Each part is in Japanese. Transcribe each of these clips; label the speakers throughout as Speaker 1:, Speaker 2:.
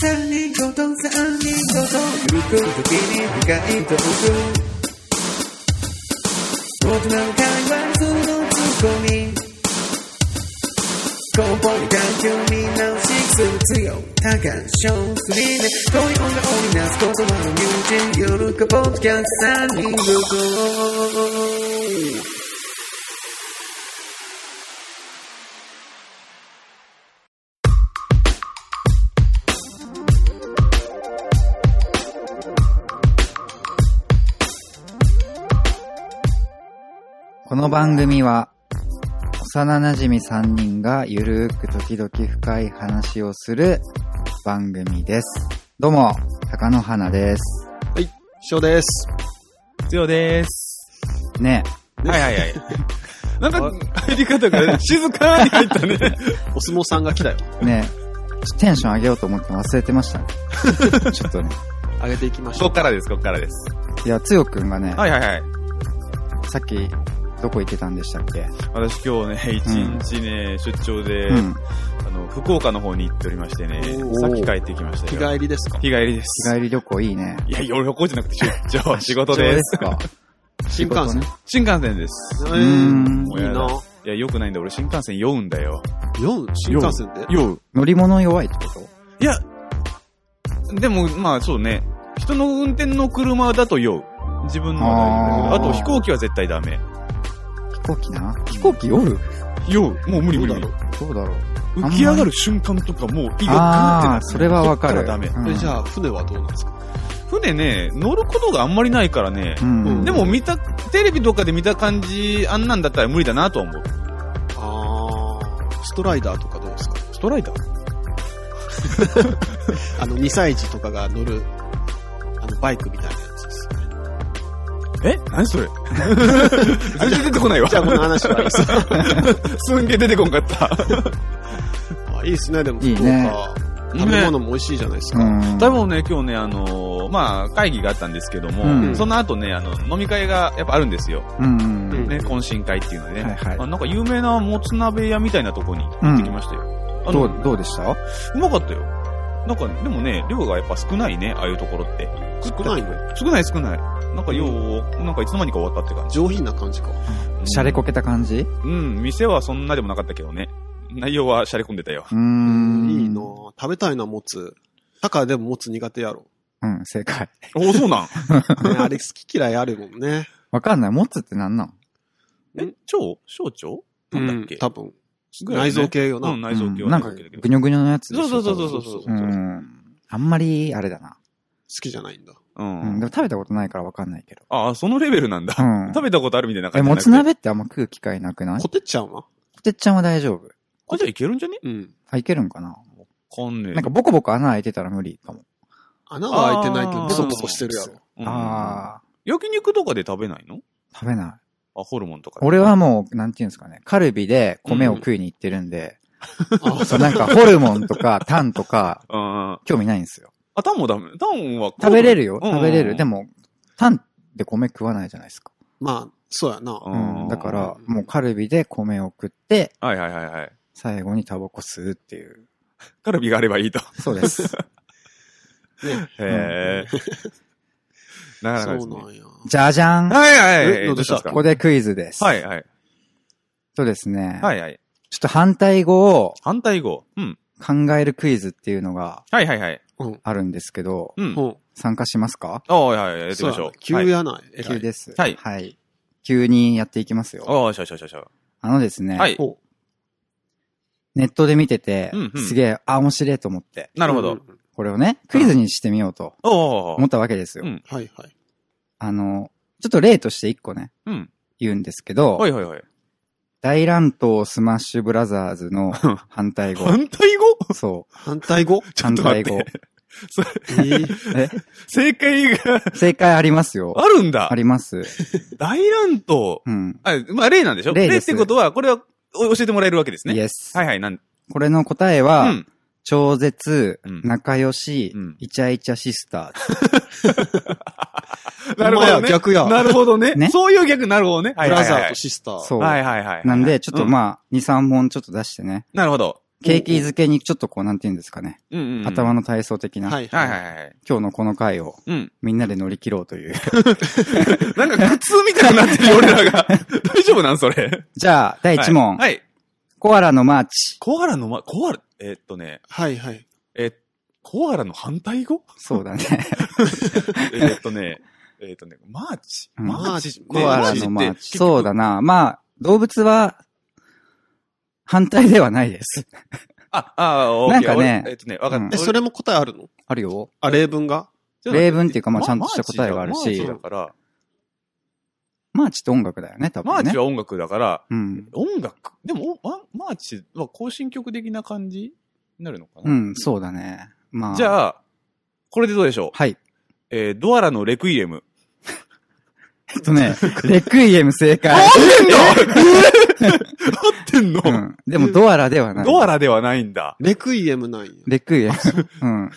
Speaker 1: 三人ごと三人ごとゆくときに深いトーク大人の会話そのツッコミ根本に環境見直しする強多感症すりで恋音が織りなす言葉の友人夜かポッドキャスト三人ごと
Speaker 2: この番組は、幼馴染み3人がゆるーく時々深い話をする番組です。どうも、高野花です。
Speaker 3: 翔です。
Speaker 4: 必要です。
Speaker 2: ね
Speaker 5: はいはい はい。
Speaker 4: なんか、入り方が静かに入ったね。
Speaker 3: お相撲さんが来たよ。
Speaker 2: え、ねえ、ちょテンション上げようと思って忘れてましたね。 ちょっとね。
Speaker 3: 上げていきまし
Speaker 5: こ
Speaker 3: ょう
Speaker 5: っ。からです、こっからです。
Speaker 2: いや、つよくんがね、
Speaker 5: はいはいはい。
Speaker 2: さっき、どこ行ってたんでしたっけ
Speaker 5: 私今日ね、一日ね、出張で、
Speaker 2: うん。
Speaker 5: あの、福岡の方に行っておりましてね
Speaker 3: お、ー
Speaker 5: さっき帰ってきました
Speaker 3: 日
Speaker 5: よ。
Speaker 3: 帰りですか
Speaker 5: 日帰り
Speaker 2: 日
Speaker 5: です。
Speaker 2: 帰り旅行いいね。
Speaker 5: いや、夜旅行じゃなくて出張、 仕事です。
Speaker 2: どうですか。
Speaker 3: 新幹線。
Speaker 5: 新幹線です。
Speaker 3: え
Speaker 2: うーん
Speaker 3: ーいいな。
Speaker 5: いや、良くないんだ、俺新幹線酔うんだよ。
Speaker 3: 4? 新幹線で
Speaker 5: 酔う
Speaker 2: 乗り物弱いってこと
Speaker 5: いや、でも、まあそうね、人の運転の車だと酔う。自分のは大丈夫だけど、
Speaker 2: あー
Speaker 5: あと飛行機は絶対ダメ。
Speaker 2: 飛行機な飛行機夜
Speaker 5: 酔う。もう無理無理無理。
Speaker 2: どうだろうあんま
Speaker 5: 浮
Speaker 2: り
Speaker 5: き上がる瞬間とかもう胃がグーってな
Speaker 2: あ
Speaker 5: って
Speaker 2: ー、それはわか
Speaker 5: そ
Speaker 2: る。
Speaker 5: っらダメ。
Speaker 2: うん
Speaker 3: えじゃあ、船はどうなんですか
Speaker 5: 船ね、乗ることがあんまりないからね。
Speaker 2: うん。
Speaker 5: でも見た、テレビとかで見た感じ、あんなんだったら無理だなとは思う。
Speaker 3: あーストライダーとかどうですか
Speaker 5: ストライダー
Speaker 3: あの、2歳児とかが乗る、あの、バイクみたいなやつですよね。
Speaker 5: え何 それ全然出てこないわ。
Speaker 3: じゃあ、この話はいいっす。
Speaker 5: すんげえ出てこん かった。
Speaker 3: あいいですね、でも、
Speaker 2: いい
Speaker 3: 福
Speaker 2: ね
Speaker 3: 岡。食べ物も美味しいじゃないです
Speaker 2: う
Speaker 3: か。
Speaker 2: ん。
Speaker 5: だいぶね、今日ね、あのーまあ、会議があったんですけども、
Speaker 2: うん
Speaker 5: その後ね、あの、飲み会がやっぱあるんですよ。
Speaker 2: うんうんうん。
Speaker 5: ね、懇親会っていうのでね。
Speaker 2: はいはい
Speaker 5: あなんか有名なもつ鍋屋みたいなとこに行ってきましたよ。あ
Speaker 2: ど
Speaker 5: の
Speaker 2: う、どうでした
Speaker 5: うまかったよ。なんか、でもね、量がやっぱ少ないね、ああいうところって。
Speaker 3: 少ないの
Speaker 5: 少ない少ない。なんかよう、なんかいつの間にか終わったって感じ。
Speaker 3: 上品な感じか。
Speaker 2: シャレこけた感じ
Speaker 5: うん、店はそんなでもなかったけどね。内容はシャレ込んで たよ。
Speaker 2: うーん。
Speaker 3: いいなぁ食べたいな、もつ。タカでももつ苦手やろ。
Speaker 2: うん、正解。
Speaker 5: おそうなん
Speaker 3: ねあれ好き嫌いあるもんね。
Speaker 2: わかんない。持つってなんなん
Speaker 5: え、腸小腸なんだっけ、
Speaker 3: 多分。
Speaker 5: ぐらい
Speaker 3: 内
Speaker 5: ね
Speaker 3: 臓系よな。
Speaker 5: うん、内臓系
Speaker 2: うんな
Speaker 5: は
Speaker 2: ん
Speaker 5: ね
Speaker 2: か
Speaker 5: だけど
Speaker 2: ぐにょぐにょのやつでし
Speaker 5: そ
Speaker 2: ょ
Speaker 5: うそうそうそうそう
Speaker 3: そ
Speaker 5: そうう。
Speaker 2: ん。あんまり、あれだな。
Speaker 3: 好きじゃないんだ。
Speaker 5: う
Speaker 2: うん。
Speaker 5: ん。
Speaker 2: でも食べたことないからわかんないけど。
Speaker 5: ああ、そのレベルなんだ。
Speaker 2: うん。
Speaker 5: 食べたことあるみたいな
Speaker 2: え、
Speaker 5: 感じじゃ
Speaker 2: も
Speaker 5: なく
Speaker 2: つ
Speaker 5: て。
Speaker 2: 鍋ってあんま食う機会なくない
Speaker 3: コテッちゃんは
Speaker 2: こてっちゃんは大丈夫。
Speaker 5: あ、じゃあいけるんじゃね
Speaker 3: うん。
Speaker 2: あ、いけるんかな
Speaker 5: わかんねえ。
Speaker 2: なんかボコボコ穴開いてたら無理かも。
Speaker 3: 穴は開いてないけど、
Speaker 5: あー
Speaker 3: ブソブソしてるやろ。
Speaker 5: うん
Speaker 2: あ
Speaker 5: 焼肉とかで食べないの
Speaker 2: ー、食べない。
Speaker 5: あ、ホルモンとかで。
Speaker 2: 俺はもう、なんていうんですかね。カルビで米を食いに行ってるんで、
Speaker 3: あ
Speaker 2: そうなんかホルモンとかタンとか、
Speaker 5: うん。あ、
Speaker 2: 興味ないんですよ。
Speaker 5: タンもダメ。タンは
Speaker 2: 食べれるよ。食べれる。で
Speaker 5: も
Speaker 2: も、タンで米食わないじゃないですか。
Speaker 3: まあ、そうやな。
Speaker 5: う
Speaker 2: うん
Speaker 5: ん。
Speaker 2: だから、もうカルビで米を食って、
Speaker 5: はいはいはいはい。
Speaker 2: 最後にタバコ吸うっていう。
Speaker 5: カルビがあればいいと。
Speaker 2: そうです。
Speaker 5: へえ。なかなか
Speaker 3: そ
Speaker 5: です
Speaker 3: う
Speaker 5: ね。
Speaker 3: なんや。
Speaker 2: じゃじ ゃんこ
Speaker 5: はいはいはい。
Speaker 3: えどうでした
Speaker 5: すか
Speaker 2: こでクイズです。
Speaker 5: はいはい。
Speaker 2: そうですね。
Speaker 5: はいはい。
Speaker 2: ちょっと反対語を
Speaker 5: 反対語。うん。
Speaker 2: 考えるクイズっていうのが
Speaker 5: はいはいはい。
Speaker 2: あるんですけど、
Speaker 5: うん。
Speaker 3: うん。
Speaker 2: 参加しますか
Speaker 5: ああ、はいはい。やってみま
Speaker 3: そうや
Speaker 5: しょ
Speaker 3: な
Speaker 5: う。。
Speaker 3: 急
Speaker 5: はい。
Speaker 3: やない。えら
Speaker 2: 急
Speaker 3: い。
Speaker 2: です。
Speaker 5: はい
Speaker 2: はい。急にやっていきますよ。
Speaker 5: ああ、しゃしゃしゃしゃ。
Speaker 2: あのですね、
Speaker 5: はい。
Speaker 3: ほ
Speaker 2: ネットで見てて
Speaker 5: うん、うん
Speaker 2: すげえ、あ、面白いと思って、
Speaker 3: う
Speaker 5: なるほど。。
Speaker 2: これをね、クイズにしてみようと
Speaker 5: お
Speaker 2: 思
Speaker 5: お
Speaker 2: っ。たわけですよ
Speaker 5: うん。
Speaker 3: はいはい。
Speaker 2: あの、ちょっと例として一個ね、
Speaker 5: うん。
Speaker 2: 言うんですけど、
Speaker 5: はいはいはい。
Speaker 2: 大乱闘スマッシュブラザーズ の反対語。
Speaker 5: 反対語
Speaker 2: そう。
Speaker 3: 反 対語
Speaker 5: ちょっと待っ
Speaker 2: 反
Speaker 5: て。それ
Speaker 3: えー
Speaker 2: え、
Speaker 5: 正解 が
Speaker 2: 正解ありますよ。
Speaker 5: あるんだ
Speaker 2: あ。ります。
Speaker 5: 大乱闘。
Speaker 2: うん。
Speaker 5: あ、まあ例なんでしょ
Speaker 2: 例
Speaker 5: 例
Speaker 2: で
Speaker 5: っ
Speaker 2: す
Speaker 5: てことは、これはお教えてもらえるわけです
Speaker 2: イ
Speaker 5: ね。
Speaker 2: エス。
Speaker 5: はいはい。なん、
Speaker 2: これの答え
Speaker 5: う
Speaker 2: は、
Speaker 5: ん。
Speaker 2: 超絶
Speaker 5: うん、
Speaker 2: 仲良し、
Speaker 5: うん
Speaker 2: イチャイチャシスターズ。
Speaker 5: なるほど
Speaker 3: お前や
Speaker 5: ね。
Speaker 3: 逆や。
Speaker 5: なるほどね。
Speaker 2: ね
Speaker 5: そういう逆、なるほどね。
Speaker 3: ブラザーとシスター。
Speaker 2: そう。
Speaker 5: はいはいはいはい。
Speaker 2: なんで、ちょっと
Speaker 5: あ。
Speaker 2: まあ、2、3本ちょっと出してね、
Speaker 5: なるほど。
Speaker 2: 景気づけにちょっとこう、なんて言うんですかね。
Speaker 5: うんうんうん。
Speaker 2: 頭
Speaker 5: の。
Speaker 2: の体操的な、
Speaker 3: はい
Speaker 5: はいはいはい。
Speaker 2: 今日のこの回を
Speaker 5: うん。
Speaker 2: みんなで乗り切ろうと いう。
Speaker 5: なんか苦痛みたいになってるよ、俺 らが。大丈夫なんそれ。
Speaker 2: じゃあ、第1問。
Speaker 5: はいはい。
Speaker 2: コアラのマーチ。
Speaker 5: コアラのま、コアラ、えーっとね、
Speaker 3: はいはい。
Speaker 5: えーコアラの反対 語
Speaker 2: そうだね。
Speaker 5: えーっとね、えーっとね、マーチ。
Speaker 2: うん
Speaker 5: マーチ。
Speaker 3: コ
Speaker 2: コアラ
Speaker 5: ね
Speaker 2: のマー
Speaker 5: って
Speaker 2: チ。そうだな。まあ、動物は、反対ではないです。
Speaker 5: あ、あ、オッ
Speaker 2: なん
Speaker 5: ケー
Speaker 2: かね
Speaker 5: 俺えっとね、わか
Speaker 2: うん
Speaker 5: っ
Speaker 3: え、
Speaker 5: た。
Speaker 3: それも答えあるの
Speaker 2: あるよ。
Speaker 3: あ、例文が
Speaker 5: 俺
Speaker 2: 例文っていうかまあ
Speaker 5: マ
Speaker 2: ちゃんとした答えがあるし
Speaker 5: マーチだから、
Speaker 2: マーチと音楽だよね、多
Speaker 5: マ
Speaker 2: 分
Speaker 5: ー
Speaker 2: ね
Speaker 5: チ。は音楽だから、
Speaker 2: うん。
Speaker 5: 音楽でも、おあマーチは更新曲的な感じになるのか
Speaker 2: う
Speaker 5: な、
Speaker 2: ん、そうだね。まあ。
Speaker 5: じ
Speaker 2: あ、
Speaker 5: ゃあ、これでどうでしょう
Speaker 2: はい。
Speaker 5: えー、ドアラのレクイエム。
Speaker 2: えっと ね、レクイエム正解。
Speaker 5: 合ってんの、
Speaker 2: うん。でもドアラではない。
Speaker 5: ドア
Speaker 2: ラ
Speaker 5: ラではないんだ。
Speaker 3: レクイエムなんや。
Speaker 2: レクイエム。うん。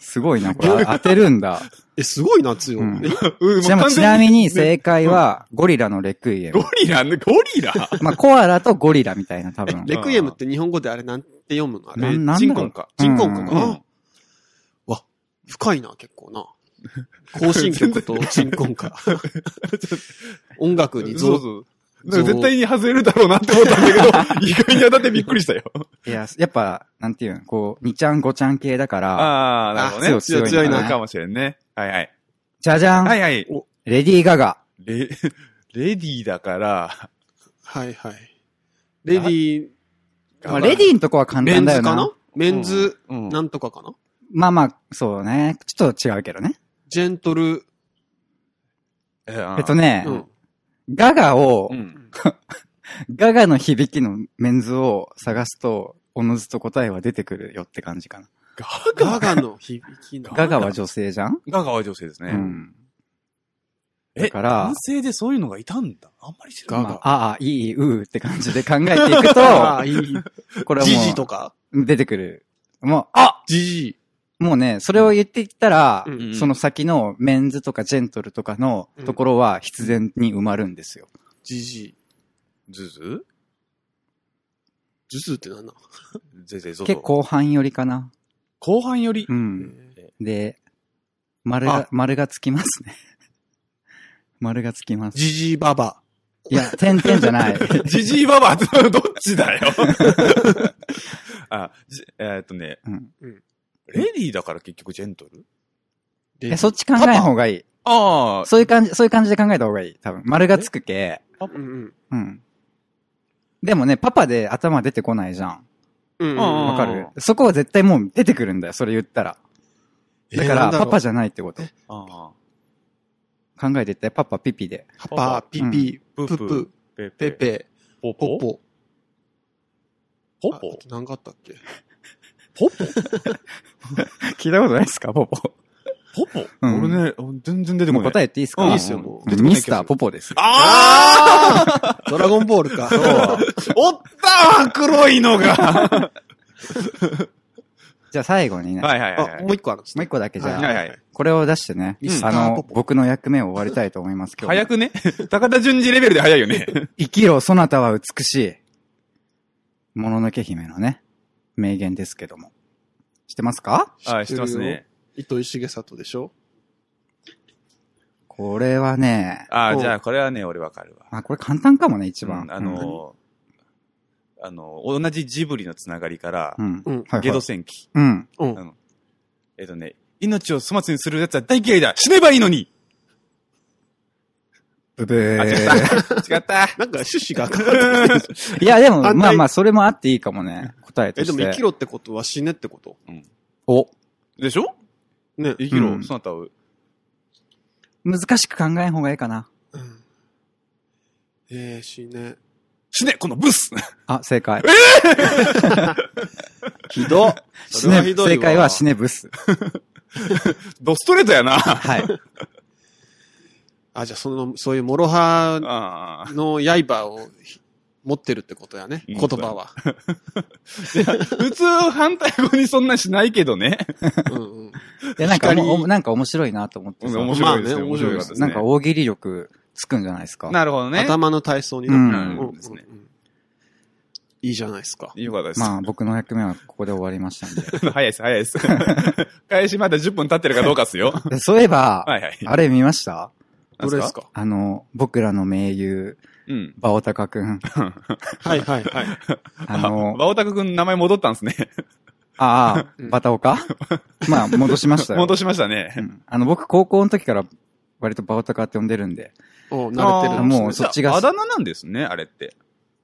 Speaker 2: すごいな、これ。当てるんだ。
Speaker 3: え、すごいな、強い。
Speaker 2: うん
Speaker 3: え
Speaker 5: うん
Speaker 2: ちなみにちなみに
Speaker 5: ね
Speaker 2: 正解は、ゴリラのレクイエム
Speaker 5: ゴ。リラ、ねゴリラ
Speaker 2: まあ、コアラとゴリラみたいな、多分。
Speaker 3: レクイエムって日本語であれなんて読むのあ
Speaker 2: な
Speaker 3: れ。
Speaker 2: んなんだろう
Speaker 5: 人ンか。
Speaker 2: うん
Speaker 3: 人工か
Speaker 5: う
Speaker 3: な、
Speaker 5: ん。
Speaker 3: 深いな、結構 な。更新曲と新婚歌。音楽に
Speaker 5: そう
Speaker 3: 増、
Speaker 5: そう。なんか絶対に外れるだろうなって思ったんだけど、意外に当たってびっくりしたよ。
Speaker 2: いや、やっぱ、なんていうの、こう、2ちゃん5ちゃん系だから、
Speaker 5: あー、なるほどね。
Speaker 2: あ強い強いな
Speaker 5: かもしれんね。はいはい。
Speaker 2: じゃじゃん、
Speaker 5: はいはい。
Speaker 2: レディー・ガガ。
Speaker 5: レ、レディーだから、
Speaker 3: はいはい。レディー、
Speaker 2: まあ、レディーのとこは簡
Speaker 3: メ
Speaker 2: 単
Speaker 3: ン
Speaker 2: だよ
Speaker 3: ズ
Speaker 2: な。
Speaker 3: かなメンズ、
Speaker 5: うん
Speaker 3: なんとかかな
Speaker 2: まあまあ、そうね。ちょっと違うけどね。
Speaker 3: ジェントル、
Speaker 5: え
Speaker 2: えっとね、
Speaker 3: うん。
Speaker 2: ガガを、
Speaker 5: うん。
Speaker 2: ガガの響きのメンズを探すと、おのずと答えは出てくるよって感じかな。
Speaker 5: ガ
Speaker 3: ガガの響きの。
Speaker 2: ガガは女性じゃん
Speaker 5: ガガは女性ですね。
Speaker 2: うん。
Speaker 5: え
Speaker 2: だから
Speaker 5: 男、性でそういうのがいたんだ。あんまり知ら
Speaker 2: ま
Speaker 5: ない。
Speaker 2: あ、ああ、いい、うーって感じで考えていく
Speaker 3: あ
Speaker 2: と、
Speaker 3: あ、いい。
Speaker 2: これは
Speaker 3: ジジと
Speaker 2: も
Speaker 3: か
Speaker 2: う、出てくる。もう、あ
Speaker 3: ジジ
Speaker 2: もうね、それを言っていったら、
Speaker 3: うん
Speaker 5: うん
Speaker 2: その先のメンズとかジェントルとかのところは必然に埋まるんですよ。
Speaker 3: ジジ
Speaker 5: ズズ
Speaker 3: ジュズってなんな
Speaker 5: ゼゼゾゾ
Speaker 2: 結構後半寄りかな。
Speaker 5: 後半より
Speaker 2: う。ん。で、丸が
Speaker 5: あ、
Speaker 2: 丸がつきますね。 丸がつきます。
Speaker 3: ジジババ。
Speaker 2: いや、点々じゃ ない。
Speaker 5: ジジイババアってどっちだよ。 あ、じえーっとね、
Speaker 2: うん
Speaker 5: レディーだから結局ジェントル
Speaker 3: レデ
Speaker 2: え
Speaker 3: ィ
Speaker 2: そっち考えん方がいい。
Speaker 5: ああ、
Speaker 2: そういう感じ、そういう感じで考えた方がいい。多分。丸がつくけ。
Speaker 3: うんうん。
Speaker 2: うん。でもね、パパで頭出てこないじゃん。
Speaker 3: うんうん
Speaker 5: ああ
Speaker 2: わかるそこは絶対もう出てくるんだよ。それ言ったら。
Speaker 3: え
Speaker 2: だか
Speaker 3: な
Speaker 2: ら、
Speaker 3: んだろ
Speaker 2: パ
Speaker 3: う
Speaker 2: パじゃないってこと。
Speaker 5: ああ、
Speaker 2: 考えてって、パパピピで。
Speaker 3: パパ、ピピ、
Speaker 5: うんプ
Speaker 3: ププ
Speaker 5: プ、ペ
Speaker 3: ペ
Speaker 5: ペ、
Speaker 3: ペ、
Speaker 5: ポポ、
Speaker 3: ポポ。
Speaker 5: ポ
Speaker 3: あ
Speaker 5: ポ
Speaker 3: あと何があったっけ
Speaker 2: 聞いたことないですか、ポポ。
Speaker 5: ポポ
Speaker 2: うん
Speaker 5: 俺ね、全然出て
Speaker 2: も
Speaker 5: こ
Speaker 2: う
Speaker 5: ない。
Speaker 2: 答
Speaker 5: え。
Speaker 2: え言っていいですか
Speaker 5: うん
Speaker 3: いいっすよもう
Speaker 2: うんミスターポポです。
Speaker 5: ああ
Speaker 3: ドラゴンボールか。
Speaker 5: おったわ黒いのがは
Speaker 2: じゃあ最後にね、
Speaker 5: い はいはいは
Speaker 3: あ、
Speaker 5: い。
Speaker 3: もう一個あるんです
Speaker 2: もう
Speaker 3: ね
Speaker 2: 一個だけじゃあ、
Speaker 5: はいはいはい
Speaker 2: これを出してね
Speaker 3: ミス、タ
Speaker 2: あ
Speaker 3: ー
Speaker 2: の
Speaker 3: ポ、ポ
Speaker 2: 僕の役目を終わりたいと思います、今日。
Speaker 5: 早くね。 高田純次レベルで早いよね。
Speaker 2: 生きろ、そなたは美しい。もののけ姫のね、名言ですけども。してますか
Speaker 5: はい、知ってますね。
Speaker 3: 糸井重里でしょ
Speaker 2: これはね、
Speaker 5: ああ、
Speaker 3: うん
Speaker 5: じゃあこれはね、俺わかるわ。
Speaker 2: まあこれ簡単かもね、一番。
Speaker 5: うんあのー、あのー、同じジブリのつながりから
Speaker 2: う、ん、う
Speaker 3: うん
Speaker 2: ん。はいはい
Speaker 5: ゲド戦記。
Speaker 2: うん。
Speaker 3: うん。
Speaker 5: えっとね、命を粗末にする奴は大嫌いだ死ねばいい のに
Speaker 2: ブブー
Speaker 5: あ、違った。違った。
Speaker 3: なんか趣旨が変 わってきてる
Speaker 2: いや、でも、
Speaker 3: 反対
Speaker 2: まあまあ、それもあっていいかもね。答えと
Speaker 3: え、で
Speaker 2: し
Speaker 3: も
Speaker 2: て。
Speaker 3: 生きろってことは死ねってこと
Speaker 2: お。
Speaker 5: でしょ
Speaker 3: ね。
Speaker 5: 生きろ、
Speaker 2: うん
Speaker 5: そなたを。
Speaker 2: 難しく考えん方がいいかな。
Speaker 3: うんえー、死ね。
Speaker 5: 死ねこのブス
Speaker 2: あ、正解。
Speaker 3: ひど っ。
Speaker 2: 死ね、
Speaker 3: ひどいわ
Speaker 2: 正解は死ねブス。
Speaker 5: ドストレート やな
Speaker 2: はい。
Speaker 3: あ、じゃあその、そういう諸刃
Speaker 5: ああ。
Speaker 3: の刃をひ持ってるってことやね。
Speaker 5: うん
Speaker 3: 言葉は。
Speaker 5: 普通反対語にそんなしないけどね。
Speaker 3: うんうん。
Speaker 2: いや、なんかおも、
Speaker 3: 光
Speaker 2: おなんか面白いなと思ってさ
Speaker 5: 面白いですね。
Speaker 3: まあね
Speaker 5: 面白いですね。
Speaker 2: なんか大喜利力つくんじゃないですか。
Speaker 5: なるほどね。
Speaker 3: 頭の体操に
Speaker 2: う
Speaker 3: なる。
Speaker 2: ん
Speaker 5: ですね
Speaker 3: うんいいじゃないですか。
Speaker 5: よかったです。
Speaker 2: まあ僕の役目はここで終わりましたんで。
Speaker 5: 早いです、早い です。開始まだ10分経ってるかどうかっすよ。
Speaker 2: でそういえば、
Speaker 5: はいはい。
Speaker 2: あれ見ました
Speaker 5: なん
Speaker 3: どれですか
Speaker 2: あの、僕らの盟友、
Speaker 5: うん。
Speaker 2: バオタカく ん。
Speaker 3: はいはいはい。
Speaker 2: あの、
Speaker 5: バオタク君名前戻ったんですね。
Speaker 2: ああ、バタオカまあ戻しましたよ。
Speaker 5: 戻しましたね
Speaker 2: う。んあの、僕高校の時から割とバオタカって呼んでるんで、
Speaker 3: お慣れてるんです、ね。
Speaker 2: もうそっちが
Speaker 5: あだ名なんですね、あれって。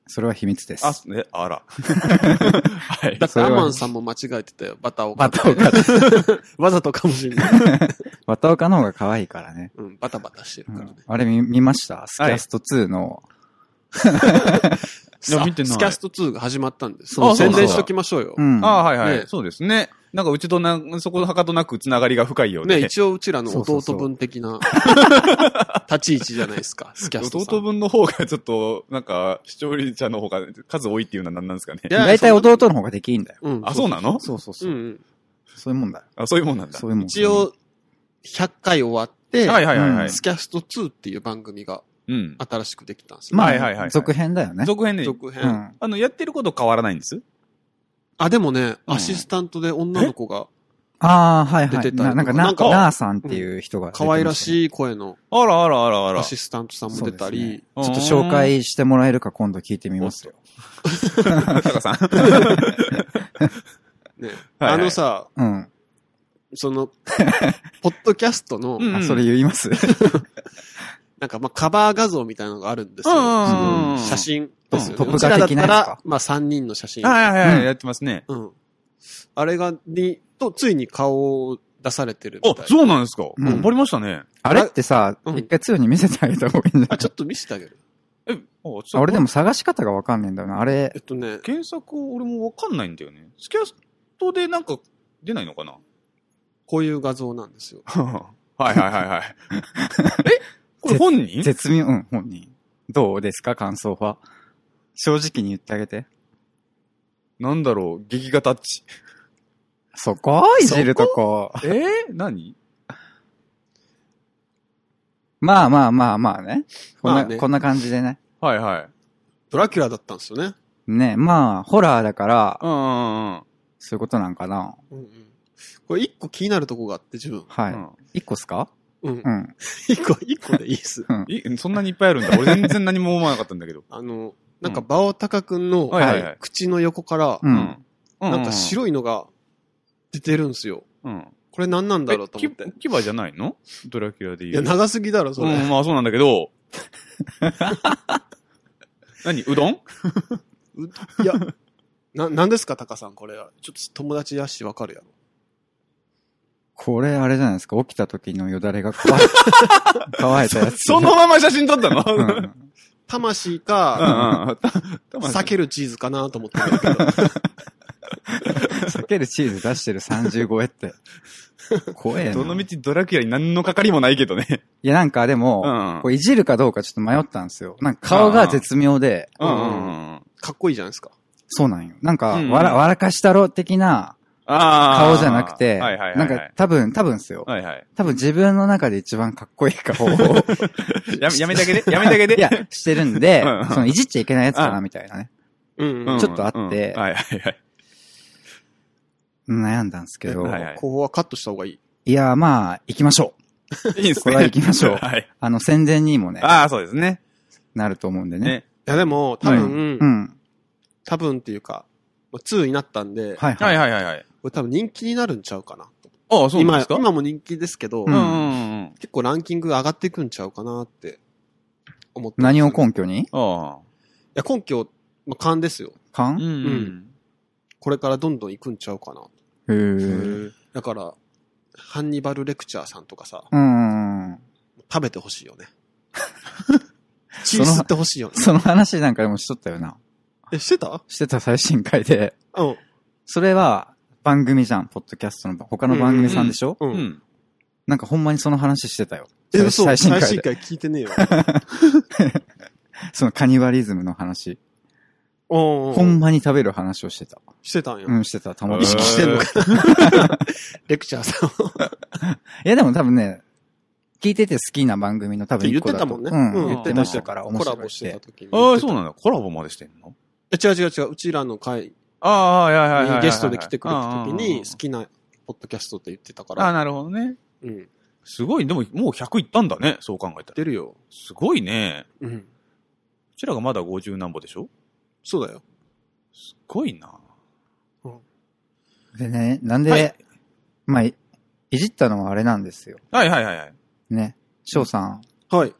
Speaker 2: それは秘密です。
Speaker 5: あ、え、あら。はい。
Speaker 3: だって
Speaker 2: それ
Speaker 3: ア
Speaker 2: は
Speaker 3: マンさんも間違えてたよ。バタ オカ。
Speaker 2: バタオ カ。
Speaker 3: わざとかもしれない。
Speaker 2: バタオカの方が可愛いからね。
Speaker 3: うん、バタバタしてる
Speaker 2: うん
Speaker 3: からね。
Speaker 2: あれ見見ましたスキャスト2の、
Speaker 5: いや
Speaker 3: さ
Speaker 5: 見てない
Speaker 3: スキャスト2が始まったんです。
Speaker 2: そう
Speaker 5: そう
Speaker 3: 宣伝しときましょうよ。
Speaker 2: うん。
Speaker 5: あはいは
Speaker 3: ね
Speaker 5: い。そうですね。なんかうちとな、そこはかとなくつながりが深いよう
Speaker 3: ね、
Speaker 5: で。
Speaker 3: 一応うちらの
Speaker 2: そう
Speaker 3: 弟
Speaker 2: そうそう
Speaker 3: 分的な立ち位置じゃないですか、スキャストさん。
Speaker 5: 弟分の方がちょっと、なんか、視聴者の方が数多いっていうのは何なんですかね。
Speaker 3: いや
Speaker 2: 大体弟の方ができんだよ。
Speaker 3: うん。
Speaker 5: あ、そうなの
Speaker 2: そうそうそうう。
Speaker 3: んうん。
Speaker 2: そういうもんだよ。
Speaker 5: あ、そういうもんなんだ。
Speaker 2: そういうもん。
Speaker 3: 一応、100回終わって、
Speaker 5: はいはいはいは
Speaker 2: う
Speaker 5: い
Speaker 2: ん。
Speaker 3: スキャスト2っていう番組が
Speaker 5: うん。
Speaker 3: 新しくできたんですよ。
Speaker 2: まあ、
Speaker 5: はいはいはいはい
Speaker 2: 続編だよね。
Speaker 5: 続編で。
Speaker 3: 続編、
Speaker 2: うん。
Speaker 5: あの、やってること変わらないんです
Speaker 3: あ、でもね、
Speaker 5: うん
Speaker 3: アシスタントで女の子が
Speaker 2: ああ、はいはい。
Speaker 3: 出てた
Speaker 2: な
Speaker 3: りと
Speaker 2: な
Speaker 3: か
Speaker 2: んか、
Speaker 3: な
Speaker 2: な、
Speaker 3: んか
Speaker 2: なーさんっていう人が。
Speaker 3: 可愛ら
Speaker 2: い。
Speaker 3: しい声の
Speaker 5: あらあらあらあら。
Speaker 3: アシスタントさんも出た
Speaker 2: そうです
Speaker 3: り
Speaker 2: ね、ちょっと紹介してもらえるか今度聞いてみますよ。
Speaker 5: タカさん。はい
Speaker 3: ね
Speaker 5: はい
Speaker 3: あのさ、
Speaker 2: うん。
Speaker 3: その、ポッドキャストの、
Speaker 5: うん
Speaker 2: あ、それ言います
Speaker 3: なんかまあカバー画像みたいなのがあるんですよ。
Speaker 5: うんうんうんうん
Speaker 3: その写真ですよね。
Speaker 2: トップ
Speaker 3: うちら
Speaker 2: 画
Speaker 3: だっ
Speaker 2: 的な
Speaker 3: た、
Speaker 2: やつから
Speaker 3: まあ3人の写真。
Speaker 5: はいはいは
Speaker 2: うん
Speaker 5: い、やってますね。
Speaker 3: うん。あれが、に、と、ついに顔を出されてるみた
Speaker 5: あ、
Speaker 3: い。
Speaker 5: そうなんですか。
Speaker 2: ん
Speaker 5: わかりましたね。
Speaker 2: あれってさ、
Speaker 3: うん
Speaker 2: 一回2に見せてあげた方がいいんじゃ
Speaker 3: あ、
Speaker 2: ない
Speaker 3: ちょっと見せてあげる。
Speaker 5: え、あちょっ
Speaker 2: あ
Speaker 5: と
Speaker 2: 俺でも探し方がわかんねえんだよな。あれ
Speaker 3: えっ、とね、
Speaker 5: 検索俺もわかんないんだよね。スキャストでなんか出ないのかな
Speaker 3: こういう画像なんですよ。
Speaker 5: はいはいはいはい。えこれ本人
Speaker 2: 絶妙、うん、本人。どうですか感想は。正直に言ってあげて。
Speaker 5: なんだろう、劇画タッチ。
Speaker 2: そこいじるとこ。
Speaker 5: えー、何
Speaker 2: まあまあまあまあね。こん
Speaker 3: ま
Speaker 2: な、
Speaker 3: あね
Speaker 2: こんな感じでね。
Speaker 5: はいはい。
Speaker 3: ドラキュラだったんですよね。
Speaker 2: ねまあ、ホラーだから、
Speaker 5: うんうんうん。
Speaker 2: そういうことなんかな。
Speaker 3: うんうん。これ一個気になるとこがあって、自分。
Speaker 2: は
Speaker 5: う
Speaker 2: い。
Speaker 5: ん
Speaker 2: 一個っすか
Speaker 3: うん
Speaker 2: う。ん。
Speaker 3: 一個、一個でいいっす。。
Speaker 5: いそんなにいっぱいあるんだ。俺全然何も思わなかったんだけど
Speaker 3: あの、なんか、バオタカ君の、
Speaker 5: はいはいはい
Speaker 3: 口の横か
Speaker 2: う、。。
Speaker 3: ら
Speaker 5: うん
Speaker 3: なんか
Speaker 5: い。
Speaker 3: 白いのが出てるんですよ。
Speaker 5: うん。
Speaker 3: これ何なんだろうと思って。
Speaker 5: えキバじゃないのドラキュラで
Speaker 3: い
Speaker 5: 言
Speaker 3: や、
Speaker 5: う。
Speaker 3: 長すぎだろ、それ。
Speaker 5: うん、まあそうなんだけ ど。何うど ん
Speaker 3: いや、な、なんですか、タカさん、これは。ちょっと友達やし、わかるやろ。
Speaker 2: これあれじゃないですか。起きた時のよだれが乾い乾いたやつ。
Speaker 5: そのまま写真撮ったの
Speaker 2: う
Speaker 5: うん
Speaker 2: ん。
Speaker 3: 魂か、
Speaker 5: うん。
Speaker 3: 避けるチーズかなと思ってるけ ど。
Speaker 2: 避けるチーズ出してる30超えって。怖えな。
Speaker 5: どの道ドラキュラに何のかかりもないけどね。
Speaker 2: いや、なんかでも、
Speaker 5: うん
Speaker 2: こういじるかどうかちょっと迷ったんですよ。なんか顔が絶妙で、
Speaker 5: う
Speaker 3: うんん
Speaker 5: う
Speaker 3: うんん
Speaker 5: うん。
Speaker 3: かっこいいじゃないですか。
Speaker 2: そうなんよ。なんか、
Speaker 5: うんうん
Speaker 2: わら、わらかしたろ的な
Speaker 5: ああ。
Speaker 2: 顔じゃなくて、
Speaker 5: はいはいはい。
Speaker 2: なんか、多分、多分ですよ。
Speaker 5: はいはい。
Speaker 2: 多分自分の中で一番かっこいい顔 を、い
Speaker 5: やめ、やめてあげて、やめてあげ て。
Speaker 2: や、してるんで
Speaker 5: うんうん、
Speaker 2: そのいじっちゃいけないやつかな、みたいなね。
Speaker 3: うん
Speaker 5: うん
Speaker 2: ちょっとあって
Speaker 5: うんはいはいはい。
Speaker 2: 悩んだんですけど、
Speaker 5: はいはい
Speaker 3: 後方はカットした方がいい。
Speaker 2: いや、まあ、行きましょう。
Speaker 5: いいですね。
Speaker 2: これは行きましょう
Speaker 5: はい。
Speaker 2: あの、宣伝にもね、
Speaker 5: ああ、そうですね。
Speaker 2: なると思うんでね。
Speaker 5: ね。
Speaker 3: いや、でも、多分、
Speaker 2: うん。
Speaker 3: 多分っていうか、まあ2になったんで、こ
Speaker 2: はい
Speaker 5: は
Speaker 2: はいい。
Speaker 5: はいはいはい。
Speaker 3: れ多分人気になるんちゃうかな。
Speaker 5: ああ、そうなんで
Speaker 3: 今
Speaker 5: す、か
Speaker 3: 今も人気ですけど、
Speaker 2: う
Speaker 5: うんんうんうん。
Speaker 3: 結構ランキング上がっていくんちゃうかなって思ってます
Speaker 2: 何を根拠に
Speaker 5: ああ。
Speaker 3: いや、根拠、まあ、勘ですよ。
Speaker 2: 勘
Speaker 5: うん
Speaker 2: へ
Speaker 5: うん。
Speaker 3: これからどんどん行くんちゃうかな。
Speaker 2: ー。
Speaker 3: だから、ハンニバルレクチャーさんとかさ、
Speaker 2: うんうんうん。
Speaker 3: 食べてほし いよね。血吸ってほしいよね。
Speaker 2: その話なんかでもしとったよな。
Speaker 3: え、してた
Speaker 2: してた最新回で。
Speaker 3: うん。
Speaker 2: それは番組じゃん、ポッドキャストの他の番組さんでしょ、
Speaker 3: う。
Speaker 5: うんん。
Speaker 2: なんかほんまにその話してたよ。
Speaker 3: え、嘘
Speaker 2: 最
Speaker 3: 最
Speaker 2: 新
Speaker 3: 新
Speaker 2: 回で
Speaker 3: 回聞い てねえよ。
Speaker 2: そのカニバリズムの話。
Speaker 3: うんうん。
Speaker 2: ほんまに食べる話をしてた。
Speaker 3: してたんよ
Speaker 2: う。ん、してた、たま
Speaker 5: う
Speaker 2: に。
Speaker 5: ん
Speaker 3: 意識してんの
Speaker 5: へ
Speaker 3: かなレクチャーさんを。
Speaker 2: いやでも多分ね、聞いてて好きな番組の多分
Speaker 3: 言
Speaker 2: 一
Speaker 3: っ
Speaker 2: 個
Speaker 3: て
Speaker 2: だ
Speaker 3: た
Speaker 2: と
Speaker 3: もんね。
Speaker 2: うん、
Speaker 5: うん
Speaker 2: 言ってましたから、面
Speaker 3: コ
Speaker 2: 白
Speaker 3: ラ
Speaker 2: い
Speaker 3: ボ
Speaker 2: っ
Speaker 3: しててた。時に。
Speaker 5: ああ、そうなんだ。コラボまでしてんの
Speaker 3: え違う違う違う。うちらの会
Speaker 5: ああ、いやいやいやいや。
Speaker 3: にゲストで来てくれた
Speaker 5: う
Speaker 3: 時
Speaker 5: んうんうん
Speaker 3: に、好きなポッドキャストって言ってたか
Speaker 5: ああ、
Speaker 3: ら。
Speaker 5: なるほどね。
Speaker 3: うん。
Speaker 5: すごい、でももう100いったんだね。そう考えたら。
Speaker 3: 出るよ。
Speaker 5: すごいね。
Speaker 3: うん。
Speaker 5: うちらがまだ50何歩でしょ
Speaker 3: そうだよ。
Speaker 5: すごいな。
Speaker 2: でね、なんで、
Speaker 5: はい
Speaker 2: まあ、いいじったのはあれなんですよ。
Speaker 5: はいはいはいはい。
Speaker 2: ね。翔さん、
Speaker 3: はい。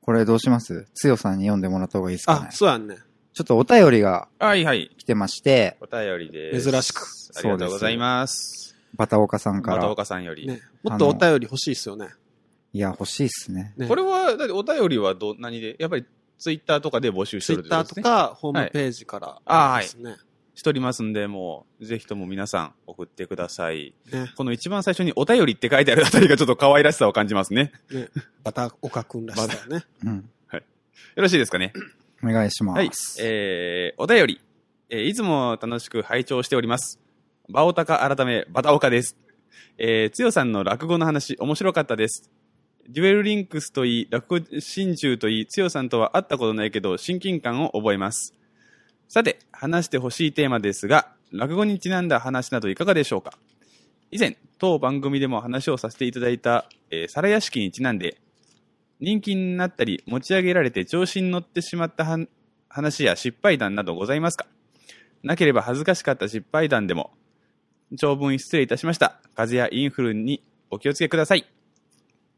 Speaker 2: これどうしますつよさんに読んでもらった方がいいですか
Speaker 3: あ
Speaker 2: ね、。
Speaker 3: そうやんね。
Speaker 2: ちょっとお便りが
Speaker 5: はいはい。
Speaker 2: 来てまして、
Speaker 5: お便りで
Speaker 3: 珍しく。
Speaker 5: ありがとうございます。
Speaker 2: バタオカさんか
Speaker 5: また
Speaker 2: ら。
Speaker 5: 岡さんより。
Speaker 3: ね。もっとお便り欲しいっすよね。
Speaker 2: いや、欲しいっすね。
Speaker 3: ね
Speaker 5: これは、だってお便りはど、何でやっぱりツイッターとかで募集して
Speaker 3: ツイ
Speaker 5: るって
Speaker 3: ッ
Speaker 5: こ
Speaker 3: タ
Speaker 5: とです
Speaker 3: ーと
Speaker 5: ね。
Speaker 3: か、ホームページから。
Speaker 5: あーはい
Speaker 3: ですね。
Speaker 5: しておりますんで、もう、ぜひとも皆さん送ってください。
Speaker 3: ね。
Speaker 5: この一番最初にお便りって書いてあるあたりがちょっと可愛らしさを感じますね。
Speaker 3: ね。バタオカくんらしさよね。
Speaker 2: うん。
Speaker 5: よろしいですかね。
Speaker 2: お願いします。
Speaker 5: はい。えー、お便り。えーいつも楽しく拝聴しております。バオタカ改め、バタオカです。えー、つよさんの落語の話、面白かったです。デュエルリンクスといい、落語真中といい、つよさんとは会ったことないけど、親近感を覚えます。さて、話してほしいテーマですが、落語にちなんだ話などいかがでしょうか以前、当番組でも話をさせていただいた、えー、皿屋敷にちなんで、人気になったり、持ち上げられて調子に乗ってしまったはん話や失敗談などございますかなければ恥ずかしかった失敗談でも、長文失礼いたしました。風邪やインフルにお気をつけください。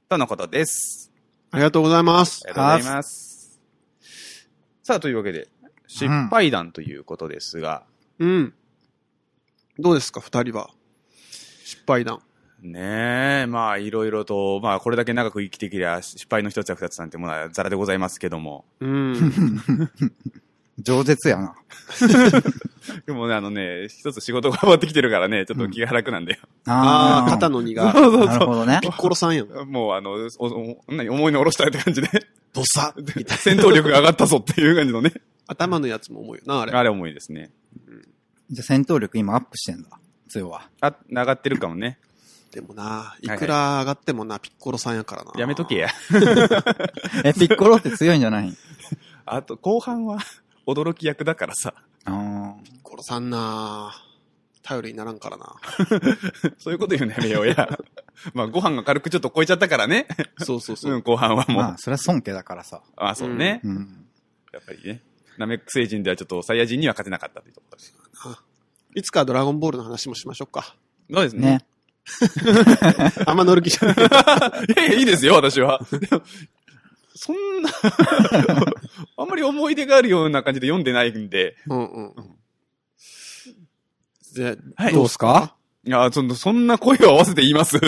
Speaker 5: とのことです。
Speaker 3: ありがとうございます
Speaker 5: あ。りがとうございます。さあ、というわけで、失敗談ということですが、
Speaker 3: うん。どうですか、二人は。失敗談。
Speaker 5: ねえ、まあ、いろいろと、まあ、これだけ長く生きてきりゃ、失敗の一つや二つなんてものはざらでございますけども。
Speaker 3: うん。
Speaker 2: 饒舌やな。
Speaker 5: でもね、あのね、一つ仕事が終わってきてるからね、ちょっと気が楽なんだよ。
Speaker 3: あ
Speaker 2: ー
Speaker 3: あ、肩の荷が。
Speaker 5: そうそう
Speaker 2: なるほどね
Speaker 3: ピ。ッコロさんやん。
Speaker 5: もう、あの、おお何思いの下ろしたって感じで、
Speaker 3: どさ
Speaker 5: 戦闘力が上がったぞっていう感じのね。
Speaker 3: 頭のやつも重いよな、あれ。
Speaker 5: あれ重いですね。
Speaker 2: じゃあ戦闘力今アップしてんだ。つよは。
Speaker 5: あ、上がってるかもね。
Speaker 3: でもな、いくら上がってもな、ピッコロさんやからな。
Speaker 5: やめとけ。や。
Speaker 2: え、ピッコロって強いんじゃない
Speaker 5: あと、後半は、驚き役だからさ。
Speaker 2: あ
Speaker 3: ピッコロさんな、頼りにならんからな。
Speaker 5: そういうこと言うのやめようや。まあ、ご飯が軽くちょっと超えちゃったからね。
Speaker 3: そうそうそう
Speaker 5: う。ん、後半は
Speaker 2: あ。
Speaker 5: もう。
Speaker 2: まあ、それは尊敬だからさ。
Speaker 5: あ、そうね、
Speaker 2: うん。
Speaker 5: やっぱりね。ナメック星人ではちょっとサイヤ人には勝てなかったというところです。
Speaker 3: いつかドラゴンボールの話もしましょうか。
Speaker 5: そうです
Speaker 2: ね。。
Speaker 3: あんま乗る気じゃない。
Speaker 5: い やいや、いいですよ、私は。でもそんな、 あんまり思い出があるような感じで読んでないんで。
Speaker 3: うんうん。で、
Speaker 5: はい
Speaker 3: どうすか
Speaker 5: いや、そんなそんな声を合わせて言います。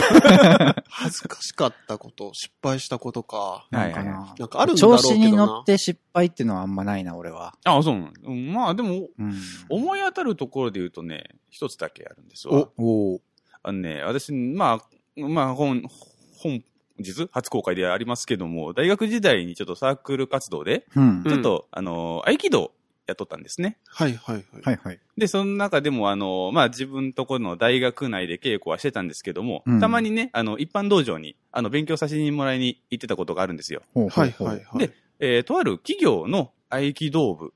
Speaker 3: 恥ずかしかったこと、失敗したことか。
Speaker 2: なんかな。
Speaker 3: なんかあるんだ
Speaker 2: 調
Speaker 3: ろうけど
Speaker 2: 子
Speaker 3: な。
Speaker 2: に乗って失敗っていうのはあんまないな、俺は。
Speaker 5: あ、そうなん、うんまあ、でも、
Speaker 2: うん。
Speaker 5: 思い当たるところで言うとね、一つだけあるんですわ
Speaker 3: お。
Speaker 2: おお。
Speaker 5: あのね、私、まあ、まあ、本、本日初公開でありますけども、大学時代にちょっとサークル活動で、
Speaker 2: うん。
Speaker 5: ちょっと、あの、合気道やっとったんですね。
Speaker 3: はいはいはい。
Speaker 2: はいはい。
Speaker 5: で、その中でも、あの、まあ、自分とこの大学内で稽古はしてたんですけども、
Speaker 2: うん
Speaker 5: たまにね、あの、一般道場に、あの、勉強させてもらいに行ってたことがあるんですよ。
Speaker 2: ほうほ
Speaker 3: は
Speaker 2: う
Speaker 3: い
Speaker 2: ほう
Speaker 3: はいはい。
Speaker 5: で、えーとある企業の合気道部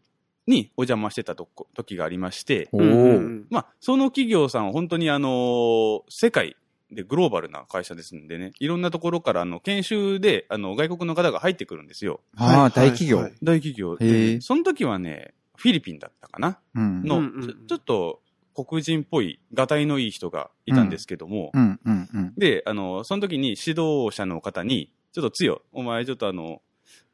Speaker 5: にお邪魔してたとこ、時がありまして、
Speaker 2: お
Speaker 3: うんうんう
Speaker 2: ー
Speaker 3: ん
Speaker 5: まあ、その企業さんは本当にあのー世界でグローバルな会社ですんでね、いろんなところからあの研修であの外国の方が入ってくるんですよ。
Speaker 2: ああ、大企業。
Speaker 3: はいはい
Speaker 5: 大企業
Speaker 2: へ
Speaker 5: で
Speaker 2: え。
Speaker 5: その時はね、フィリピンだったかな
Speaker 2: うん。
Speaker 5: の、
Speaker 3: うんうんうん
Speaker 5: ちょちょっと黒人っぽい、がたいのいい人がいたんですけども、
Speaker 2: うんうんうん。
Speaker 5: で、あの、その時に指導者の方に、ちょっとつよ、お前ちょっとあの、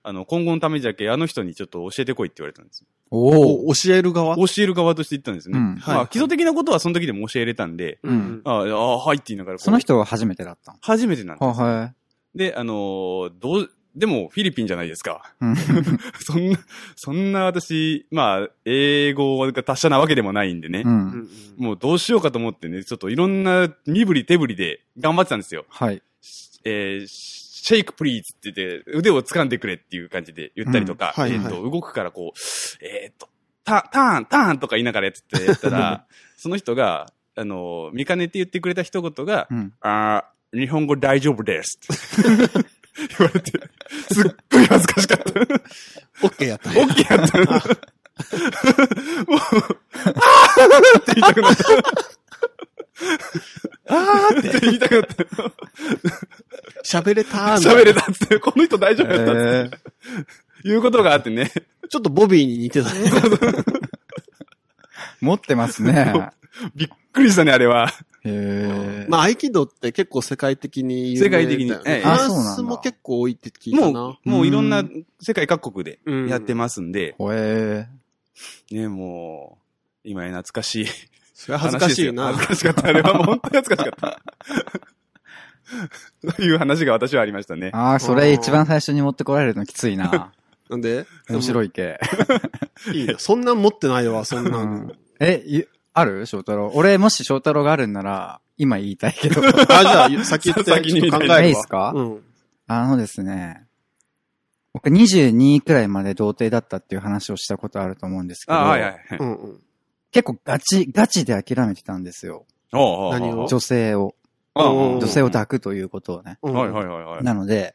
Speaker 5: あの、今後のためじゃけ、あの人にちょっと教えてこいって言われたんです。
Speaker 2: おお。
Speaker 3: お教える側
Speaker 5: 教える側として言ったんですね。
Speaker 2: うん
Speaker 5: まあ、基礎的なことはその時でも教えれたんで、
Speaker 3: うんうん。
Speaker 5: ああ、はいって言いながら。こう
Speaker 2: その人は初めてだったの
Speaker 5: 初めてなんです。
Speaker 2: はいはい。
Speaker 5: で、あのーどう、でもフィリピンじゃないですか。
Speaker 2: うん
Speaker 5: そんな、そんな私、まあ、英語が達者なわけでもないんでね
Speaker 2: う。
Speaker 3: うん
Speaker 2: ん。
Speaker 3: うん
Speaker 5: もうどうしようかと思ってね、ちょっといろんな身振り手振りで頑張ってたんですよ。
Speaker 2: はい。
Speaker 5: えーシェイクプリーズって言って、腕を掴んでくれっていう感じで言ったりとか、
Speaker 3: うんはい
Speaker 5: えっ、と、動くからこう、えっ、と、タ、ターン、ターンとか言いながらやっててやったら、 その人が、あのー、見かねて言ってくれた一言が、
Speaker 2: うん。
Speaker 5: あー日本語大丈夫です。 言われて、すっごい恥ずかしかった。
Speaker 3: オッケーやったね。
Speaker 5: OK やった。
Speaker 3: って言いたくな った。 あーって言いたくなった。喋れたーみたいな
Speaker 5: 喋れたっつって、 この人大丈夫やったっつっ
Speaker 2: えー
Speaker 5: て、いうことがあってね。
Speaker 3: ちょっとボビーに似てたね。
Speaker 2: 持ってますね。
Speaker 5: びっくりしたね、あれは。
Speaker 2: へえ。
Speaker 3: まあ、合気道って結構世界的に有名だよね。
Speaker 5: 世界的にええ
Speaker 3: フラ
Speaker 2: あそうなん
Speaker 3: ン
Speaker 2: だ
Speaker 3: スも結構多いって聞いた
Speaker 5: も
Speaker 3: な。
Speaker 5: う、もういろん
Speaker 2: う
Speaker 5: な世界各国で
Speaker 3: うん
Speaker 5: やってますんで、
Speaker 2: ほえ
Speaker 5: ね、もう、今や懐かしい。
Speaker 3: それは恥ずかしいな
Speaker 5: 話。ですよ恥ずかしかった。あれはもう本当に恥ずかしか った。という話が私はありましたね
Speaker 2: ー。。ああ、それ一番最初に持ってこられるのきついな。
Speaker 3: なんで
Speaker 2: 面白い系。
Speaker 3: いいな。そんなん持ってないわ、そんな。
Speaker 2: うんんえ、いある翔太郎。俺、もし翔太郎があるんなら、今言いたいけど。
Speaker 3: あ、じゃあ、先言って、
Speaker 5: 先に
Speaker 3: ちょっと考えるわ。
Speaker 2: いいっすか
Speaker 3: うん。
Speaker 2: あのですね、僕22くらいまで童貞だったっていう話をしたことあると思うんですけど、
Speaker 5: あはいはい。
Speaker 3: うんうん。
Speaker 2: 結構ガチ、ガチで諦めてたんですよ。
Speaker 5: おうおうおう
Speaker 3: 何を
Speaker 2: 女性を、
Speaker 5: おうおう
Speaker 3: うん
Speaker 2: 女性を抱くということをね。
Speaker 3: うん
Speaker 5: はいはいはいはい。
Speaker 2: なので、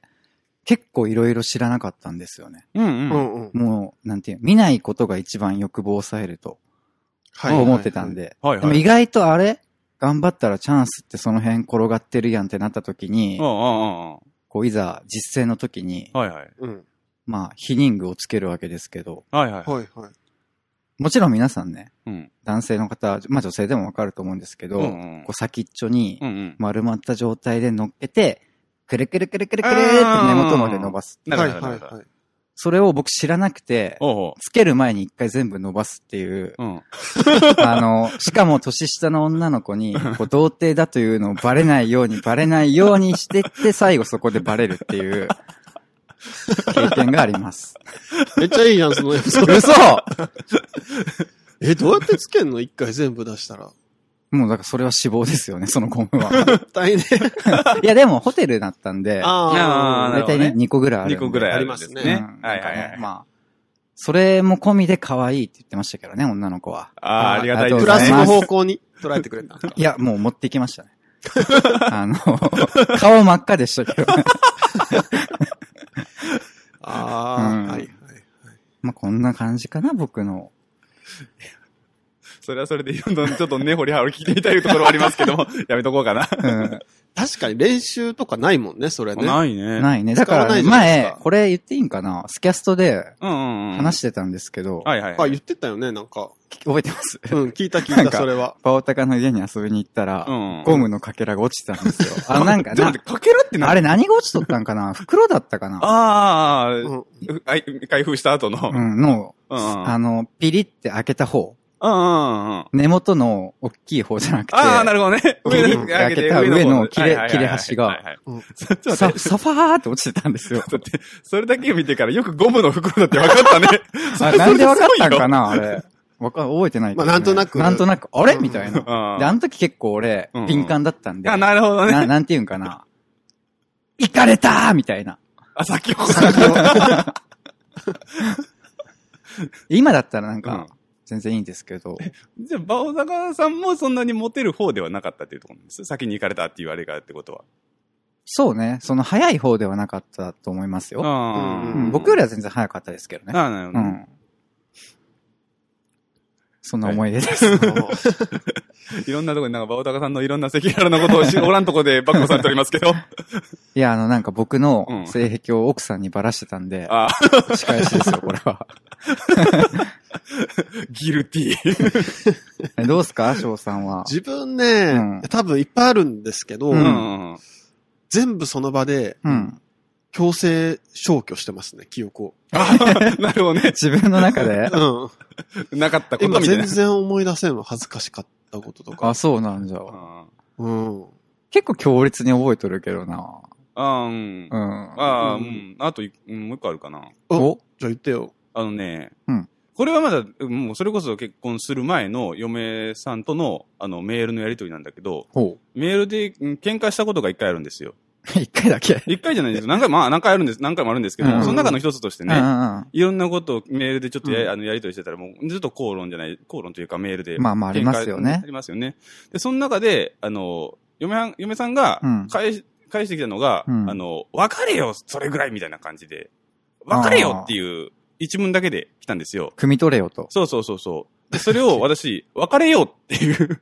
Speaker 2: 結構いろいろ知らなかったんですよね。
Speaker 5: うん
Speaker 3: う
Speaker 5: うん。
Speaker 3: んうん。
Speaker 2: もう、なんていう、見ないことが一番欲望を抑えると
Speaker 3: はいはいはい
Speaker 2: 思ってたん。で。
Speaker 5: はい
Speaker 2: でも
Speaker 5: はい。
Speaker 2: 意外とあれ頑張ったらチャンスってその辺転がってるやんってなった時に
Speaker 5: おう、おうお
Speaker 2: こういざ実践の時に
Speaker 5: う、はいはい。
Speaker 3: うん。
Speaker 2: まあ、ヒニングをつけるわけですけど、
Speaker 5: はいはい。
Speaker 3: はいはい。
Speaker 2: もちろん皆さんね、
Speaker 5: うん。
Speaker 2: 男性の方、まあ女性でもわかると思うんですけど、
Speaker 5: うんうん
Speaker 2: こう先っちょに
Speaker 5: うんうん。
Speaker 2: 丸まった状態で乗っけて、くるくるくるくるくるって根元まで伸ばす。
Speaker 5: な
Speaker 3: は
Speaker 5: る
Speaker 3: い
Speaker 5: ほど
Speaker 3: は
Speaker 5: ないるほど。
Speaker 3: はい。
Speaker 2: それを僕知らなくて、
Speaker 5: おうおう。
Speaker 2: つける前に一回全部伸ばすっていう、
Speaker 5: うん。
Speaker 2: あの、しかも年下の女の子に、こう童貞だというのをバレないように、バレないようにしてって、最後そこでバレるっていう、経験があります。
Speaker 3: めっちゃいいやん、そのエピソード。
Speaker 2: 嘘
Speaker 3: え、どうやってつけんの一回全部出したら。
Speaker 2: もうだからそれは死亡ですよね、そのゴム は。
Speaker 3: 大ね。
Speaker 2: いやでもホテルだったんで、
Speaker 5: あー
Speaker 2: 大
Speaker 5: なるほど
Speaker 2: 体
Speaker 5: ね
Speaker 2: ね2個ぐらいあるんで。
Speaker 5: 2個ぐらいあ
Speaker 3: あ
Speaker 5: る
Speaker 3: り
Speaker 5: んで
Speaker 3: ます
Speaker 5: す
Speaker 3: ね
Speaker 5: ね。
Speaker 2: うん
Speaker 5: は
Speaker 2: な
Speaker 5: いはい
Speaker 2: んか
Speaker 5: は
Speaker 2: ね
Speaker 5: い。
Speaker 2: まあ、それも込みで可愛いって言ってましたけどね、女の子は。
Speaker 5: あーありがたいです
Speaker 2: あ
Speaker 3: プ
Speaker 2: りがとうご
Speaker 3: ラ
Speaker 2: ざ
Speaker 3: ス
Speaker 2: いま
Speaker 3: の
Speaker 2: す
Speaker 3: 方向に捉えてくれたんか。
Speaker 2: いや、もう持ってきま したね。あの、顔真っ赤でしたけど、ね、う
Speaker 3: あ
Speaker 2: ん
Speaker 3: あ、はいはい。
Speaker 2: まあこんな感じかな、僕の。
Speaker 5: それはそれで、どんどんちょっとね、掘り葉を聞いてみたいところはありますけ ども、やめとこうか な。
Speaker 2: うん、
Speaker 3: 確かに練習とかないもんね、それね。
Speaker 5: いね
Speaker 2: ないね。だか
Speaker 3: 使わな
Speaker 2: ら
Speaker 3: いじゃないです
Speaker 2: 前
Speaker 3: か、
Speaker 2: これ言っていいんかなスキャストで
Speaker 5: うんうんうん。
Speaker 2: 話してたんですけど、
Speaker 5: はいはい。
Speaker 3: あ、言ってたよね、なんか。
Speaker 2: 覚えてます
Speaker 3: うん、聞いた聞
Speaker 2: なん
Speaker 3: い
Speaker 2: か
Speaker 3: た、それは。
Speaker 2: パオタカの家に遊びに行ったら、
Speaker 5: うんうん
Speaker 2: ゴムのかけらが落ちてたんですよ。あ、なんか
Speaker 5: ちょっ
Speaker 2: な
Speaker 5: と待っ、て、かけらってな
Speaker 2: あれ何が落ちとったんかな袋だったかな
Speaker 5: あーあー、
Speaker 3: うん
Speaker 5: あい開封した後の。うんう
Speaker 2: うんん、の、
Speaker 5: うんうん
Speaker 2: あの、ピリって開けた方。
Speaker 5: うんうん。
Speaker 2: 根元の大きい方じゃなくて、
Speaker 5: ああ、なるほどね。上
Speaker 3: う
Speaker 5: に上げ
Speaker 3: ん
Speaker 5: て、
Speaker 2: 開けた上の
Speaker 5: 方
Speaker 2: 切れ
Speaker 5: はいはいはいはい
Speaker 2: 切れ端が
Speaker 5: はいはい
Speaker 3: うん
Speaker 5: ちょっと待っ
Speaker 2: さ
Speaker 5: て、
Speaker 2: サファーって落ちてたんです よ。
Speaker 5: ちょっと待ってそれだけ見てからよくゴムの袋だって分かったね。
Speaker 2: あなんで分かったんかなあれ。わか、覚えてないけどね
Speaker 3: まあなんとなく
Speaker 2: なんとなく、あれ
Speaker 3: うん
Speaker 2: みたいな。
Speaker 5: うん
Speaker 2: で、あの時結構俺
Speaker 5: うんう、ん
Speaker 2: 敏感だったんで、
Speaker 5: あ、なるほ
Speaker 2: な
Speaker 5: ど ね。
Speaker 2: なんて言うんかな。行かれたーみたいな。
Speaker 5: あ、先ほど。
Speaker 2: 今だったらなん
Speaker 5: うん
Speaker 2: か、全然いいんですけど、
Speaker 5: じゃあ、バオザカさんもそんなにモテる方ではなかったっていうところなんです。先に行かれたって言われがってことは。
Speaker 2: そうね、その早い方ではなかったと思いますよ。
Speaker 5: あ
Speaker 2: うん僕よりは全然早かったですけどね。
Speaker 5: ああ、なるほ
Speaker 2: う
Speaker 5: どね。
Speaker 2: ん。そんな思い出です。
Speaker 5: いろんなとこになんか、バオタカさんのいろんな赤裸々なことをしおらんとこで暴露されておりますけど。
Speaker 2: いや、あの、なんか僕
Speaker 5: うん
Speaker 2: の性癖を奥さんにばらしてたんで、
Speaker 5: ああ、
Speaker 2: 仕返しですよ、これ は。
Speaker 5: ギルティー。
Speaker 2: えどうすか翔さんは。
Speaker 3: 自分
Speaker 2: うん
Speaker 3: ね、多分いっぱいあるんですけど
Speaker 2: う
Speaker 5: うんん。あ
Speaker 3: 全部その場で
Speaker 2: うん。
Speaker 3: 強制消去してますね、記憶を。
Speaker 5: なるほどね。
Speaker 2: 自分の中 で
Speaker 3: うん。
Speaker 5: なかったこと
Speaker 3: 今
Speaker 5: みたい
Speaker 3: 全
Speaker 5: な。
Speaker 3: 然思い出せんの、恥ずかしかったこととか。
Speaker 2: あ、そうなんじゃ。
Speaker 3: うん。
Speaker 2: 結構強烈に覚えとるけどな。
Speaker 5: あ、うん
Speaker 2: う。ん。
Speaker 5: ああ、う
Speaker 3: うん
Speaker 5: ん。あとい、うんもう一個あるかな。
Speaker 2: お
Speaker 3: じゃあ言ってよ。
Speaker 5: あのね、
Speaker 2: うん
Speaker 5: これはまだ、もうそれこそ結婚する前の嫁さんとの、あの、メールのやりとりなんだけど、
Speaker 2: ほ
Speaker 5: メールで、うん喧嘩したことが一回あるんですよ。
Speaker 2: う。一回だけ。
Speaker 5: 一回じゃないんですよ。何回、まあ、何回あるんです、何回もあるんですけど、
Speaker 2: うん
Speaker 5: その中の一つとして
Speaker 2: うん
Speaker 5: ね、
Speaker 2: うんうん
Speaker 5: いろんなことをメールでちょっとや,、
Speaker 3: うん
Speaker 5: あのやりとりしてたら、もうずっと口論じゃない、口論というかメールで。
Speaker 2: まあまあありますよね
Speaker 5: 喧嘩ありますよね。で、その中で、あの、嫁はん嫁さんが
Speaker 2: うん
Speaker 5: 返し、返してきたのが、
Speaker 2: うん
Speaker 5: あの、別れよ、それぐらいみたいな感じで、別れよっていう一文だけで来たんですよ。
Speaker 2: 汲み取れよと。
Speaker 5: そうそうそうそう。で、そ れを私、別れようっていう。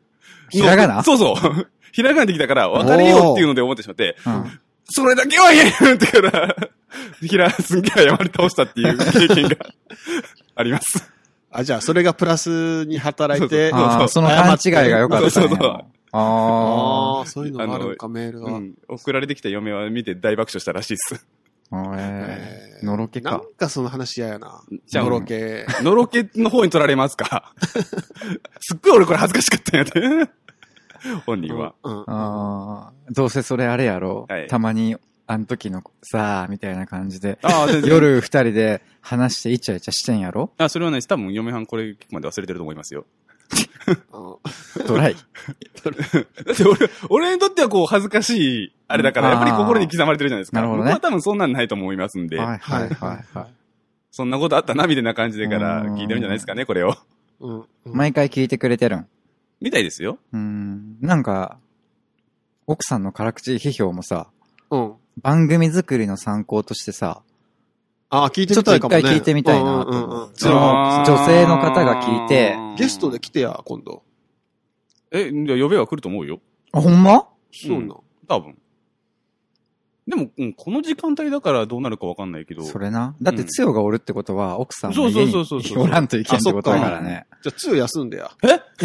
Speaker 2: ひらがな
Speaker 5: そうそう。 ひらがなできたから、別れようっていうので思ってしまって、
Speaker 2: うん。
Speaker 5: それだけは言えるってから、 ひら、すんげえ謝り倒したっていう経験が あります。
Speaker 3: あ、じゃあ、それがプラスに働いて、
Speaker 5: そうそう
Speaker 2: あーその勘違いが良かったんや
Speaker 5: そうそうそう
Speaker 2: あ
Speaker 3: ああ、そういうのがあるのか、メール
Speaker 5: う
Speaker 3: が。
Speaker 5: ん。送られてきた嫁は見て大爆笑したらしいです。
Speaker 2: ーあれ。
Speaker 3: えー
Speaker 2: のろけ
Speaker 3: な
Speaker 2: か。
Speaker 3: んかその話嫌やな。
Speaker 5: じゃあ
Speaker 3: のろけ。
Speaker 5: のろけの方に取られますか すっごい俺これ恥ずかしかったんやで。 本人は。
Speaker 3: うん。うん
Speaker 2: ああ、どうせそれあれやろ。
Speaker 5: はい
Speaker 2: たまに、あの時の、さあ、みたいな感じで。
Speaker 5: ああ、全然。
Speaker 2: 夜二人で話してイチャイチャしてんやろ
Speaker 5: あ、それはね、多分嫁はんこれ聞くまで忘れてると思いますよ。
Speaker 2: ドライ。
Speaker 5: だって俺、俺にとってはこう恥ずかしい、あれだから、
Speaker 2: うん
Speaker 5: やっぱり心に刻まれてるじゃないですか。
Speaker 2: なるほどね
Speaker 5: 僕は多分そんなんないと思いますんで、
Speaker 2: はいはいはいは。
Speaker 3: はい
Speaker 5: そんなことあったな、みたいな感じでから
Speaker 2: うん
Speaker 5: 聞いてるんじゃないですかね、これ を。
Speaker 3: うん。うん
Speaker 2: 毎回聞いてくれてるん。
Speaker 5: みたいですよ。
Speaker 2: うん。なんか、奥さんの辛口批評もさ、
Speaker 3: うん。
Speaker 2: 番組作りの参考としてさ、
Speaker 3: あ、聞いてみたいかもね。
Speaker 2: ちょっと一回聞いてみたいなと
Speaker 3: うんうんうん
Speaker 2: その女性の方が聞いて
Speaker 3: ゲストで来てや、今度。
Speaker 5: え、じゃあ呼べは来ると思うよ。
Speaker 2: あ、ほんま
Speaker 3: そうな。
Speaker 5: 多分。でも、うん、この時間帯だからどうなるかわかんないけど。
Speaker 2: それな。だって、つよがおるってことは、奥さんも
Speaker 5: そうそう
Speaker 2: 家に
Speaker 5: そうそうそう
Speaker 2: おらんといけんってことだからね。
Speaker 3: じゃあ、つよ休んでや。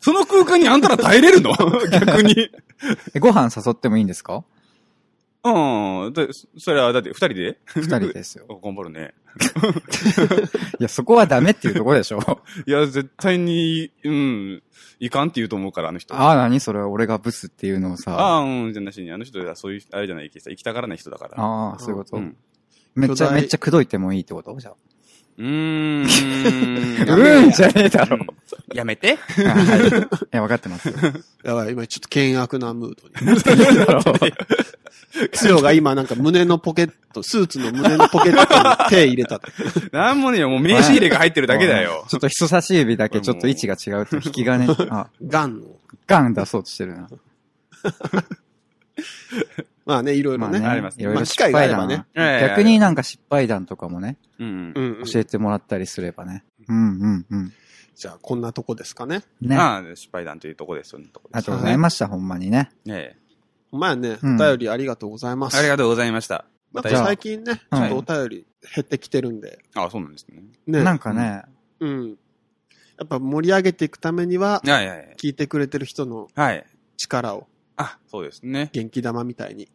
Speaker 5: その空間にあんたら耐えれるの 逆に。
Speaker 2: えご飯誘ってもいいんですか
Speaker 5: うん。で、それはだって二人で
Speaker 2: 二人です よ。
Speaker 5: あ頑張るね。
Speaker 2: いや、そこはダメっていうとこでしょ。
Speaker 5: いや、絶対に、うん、いかんって言うと思うから、あの人。あ
Speaker 2: ああ、何それ、俺がブスっていうのをさ。あ
Speaker 5: あ、うん、じゃなしに、あの人はそういう、あれじゃない、行きたがらない人だから。
Speaker 2: あー、そういうこと。
Speaker 5: うん。
Speaker 2: めっち
Speaker 3: 巨
Speaker 2: ゃ、
Speaker 3: 大
Speaker 2: めっちゃ口説いてもいいってことじゃあ。
Speaker 5: うーん。う
Speaker 3: やめろ
Speaker 2: うんじゃねえだろ。
Speaker 5: ん やめて。
Speaker 2: あはい。いや、分かってますよ。
Speaker 3: やばい、今ちょっと険悪なムードに。
Speaker 2: だ ろ
Speaker 3: つよが今なんか胸のポケット、スーツの胸のポケットに手入れた。
Speaker 5: なんもねえよ、もう名刺入れが入ってるだけだ よ。
Speaker 2: ちょっと人差し指だけちょっと位置が違うと引き金、あ、
Speaker 3: ガンの。
Speaker 2: ガン出そうとしてるな。
Speaker 3: まあね、いろいろね。
Speaker 5: あります
Speaker 2: いろい
Speaker 3: ま
Speaker 2: ろ
Speaker 3: あ
Speaker 2: 失
Speaker 3: 機会があ
Speaker 2: 敗
Speaker 3: れば
Speaker 2: 談、
Speaker 3: ね
Speaker 2: 逆になんか失敗談とかもね、
Speaker 5: うん
Speaker 3: う。ん、うん。
Speaker 2: 教えてもらったりすればね。うんうんうん。
Speaker 3: じゃあ、こんなとこですかね。
Speaker 2: ね。あ
Speaker 5: ああ、失敗談というとこですよね。
Speaker 2: りがとうございました、ほんまにね。
Speaker 5: ねえ。
Speaker 3: お前ね、
Speaker 2: うん
Speaker 3: お便りありがとうございます。
Speaker 5: ありがとうございました。ま
Speaker 3: なん
Speaker 5: た
Speaker 3: か
Speaker 2: じゃあ
Speaker 3: 最近ね、ちょっとお便り減ってきてるんで。
Speaker 5: ああ、そうなんですね。
Speaker 3: ね。
Speaker 2: なんかね、
Speaker 3: うん。やっぱ盛り上げていくためには、
Speaker 5: はいはいはい。
Speaker 3: 聞いてくれてる人の
Speaker 5: はい。
Speaker 3: 力を
Speaker 5: あ、そうですね。
Speaker 3: 元気玉みたいに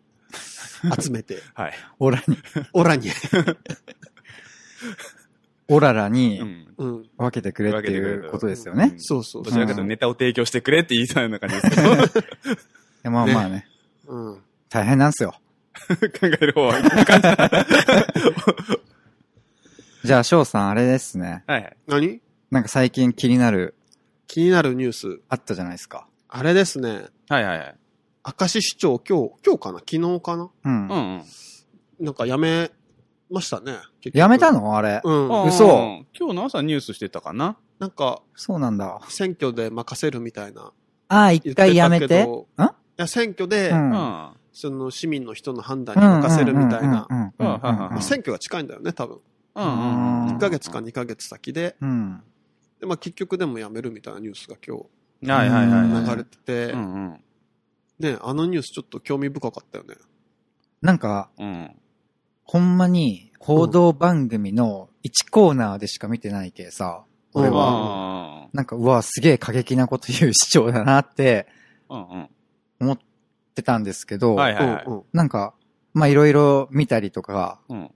Speaker 3: 集めて、
Speaker 5: はい。
Speaker 2: オラに、
Speaker 3: オラに、
Speaker 2: オララ
Speaker 5: う
Speaker 2: に
Speaker 5: ん。
Speaker 3: うん。
Speaker 2: 分けてくれっていうことですよ
Speaker 5: う
Speaker 2: ね
Speaker 5: ん。
Speaker 3: そうそう
Speaker 5: ど
Speaker 3: そ
Speaker 5: ち
Speaker 3: う
Speaker 5: らかというとネタを提供してくれって言いたいような感じですけど、 考
Speaker 2: いやまあまあね、
Speaker 3: うん。
Speaker 2: 大変なんすよ。
Speaker 5: える方は。は
Speaker 2: じゃあ、翔さん、あれですね。
Speaker 5: いはい。
Speaker 3: 何
Speaker 2: なんか最近気になる、
Speaker 3: 気になるニュース。
Speaker 2: あったじゃないですか。
Speaker 3: あれですね。
Speaker 5: はいはいはい。
Speaker 3: 明石市長、今日、今日かな昨日かな
Speaker 2: うん。
Speaker 5: うんうん。
Speaker 3: なんか辞めましたね。結局
Speaker 2: やめたのあれ。
Speaker 3: うん。
Speaker 5: あー
Speaker 2: 嘘
Speaker 5: 今日の朝ニュースしてたかな
Speaker 3: なんか、
Speaker 2: そうなんだ。
Speaker 3: 選挙で任せるみたいな。
Speaker 2: ああ、一回やめ。
Speaker 3: 言ってたけ
Speaker 2: ん
Speaker 3: どいや、選挙で、
Speaker 5: うん。
Speaker 2: ん。
Speaker 5: あ
Speaker 3: その市民の人の判断に任
Speaker 2: 任
Speaker 3: せるみたいな。。
Speaker 2: うん
Speaker 5: うんうん
Speaker 2: うん
Speaker 3: まあ選挙が近いんだよね、多分。
Speaker 5: あ。うんうん。
Speaker 2: うん
Speaker 3: 1ヶ月か2ヶ月先で。
Speaker 2: うん。
Speaker 3: で、まあ結局でも辞めるみたいなニュースが今
Speaker 5: はいはいはいはい。
Speaker 3: 日流れてて、
Speaker 5: うんうん。
Speaker 3: ね、あのニュースちょっと興味深かったよね。
Speaker 2: なんか、
Speaker 5: うん。
Speaker 2: ほんまに、報道番組の1コーナーでしか見てないけさ、
Speaker 3: うん
Speaker 2: 俺は、
Speaker 5: あ
Speaker 2: なんか、うわ、すげえ過激なこと言う市長だなって
Speaker 5: あ。うん
Speaker 2: 思ってたんですけど、
Speaker 5: うん。はいはいはい
Speaker 3: うん。うん
Speaker 2: なんか、まあ、いろいろ見たりとか、
Speaker 5: うん。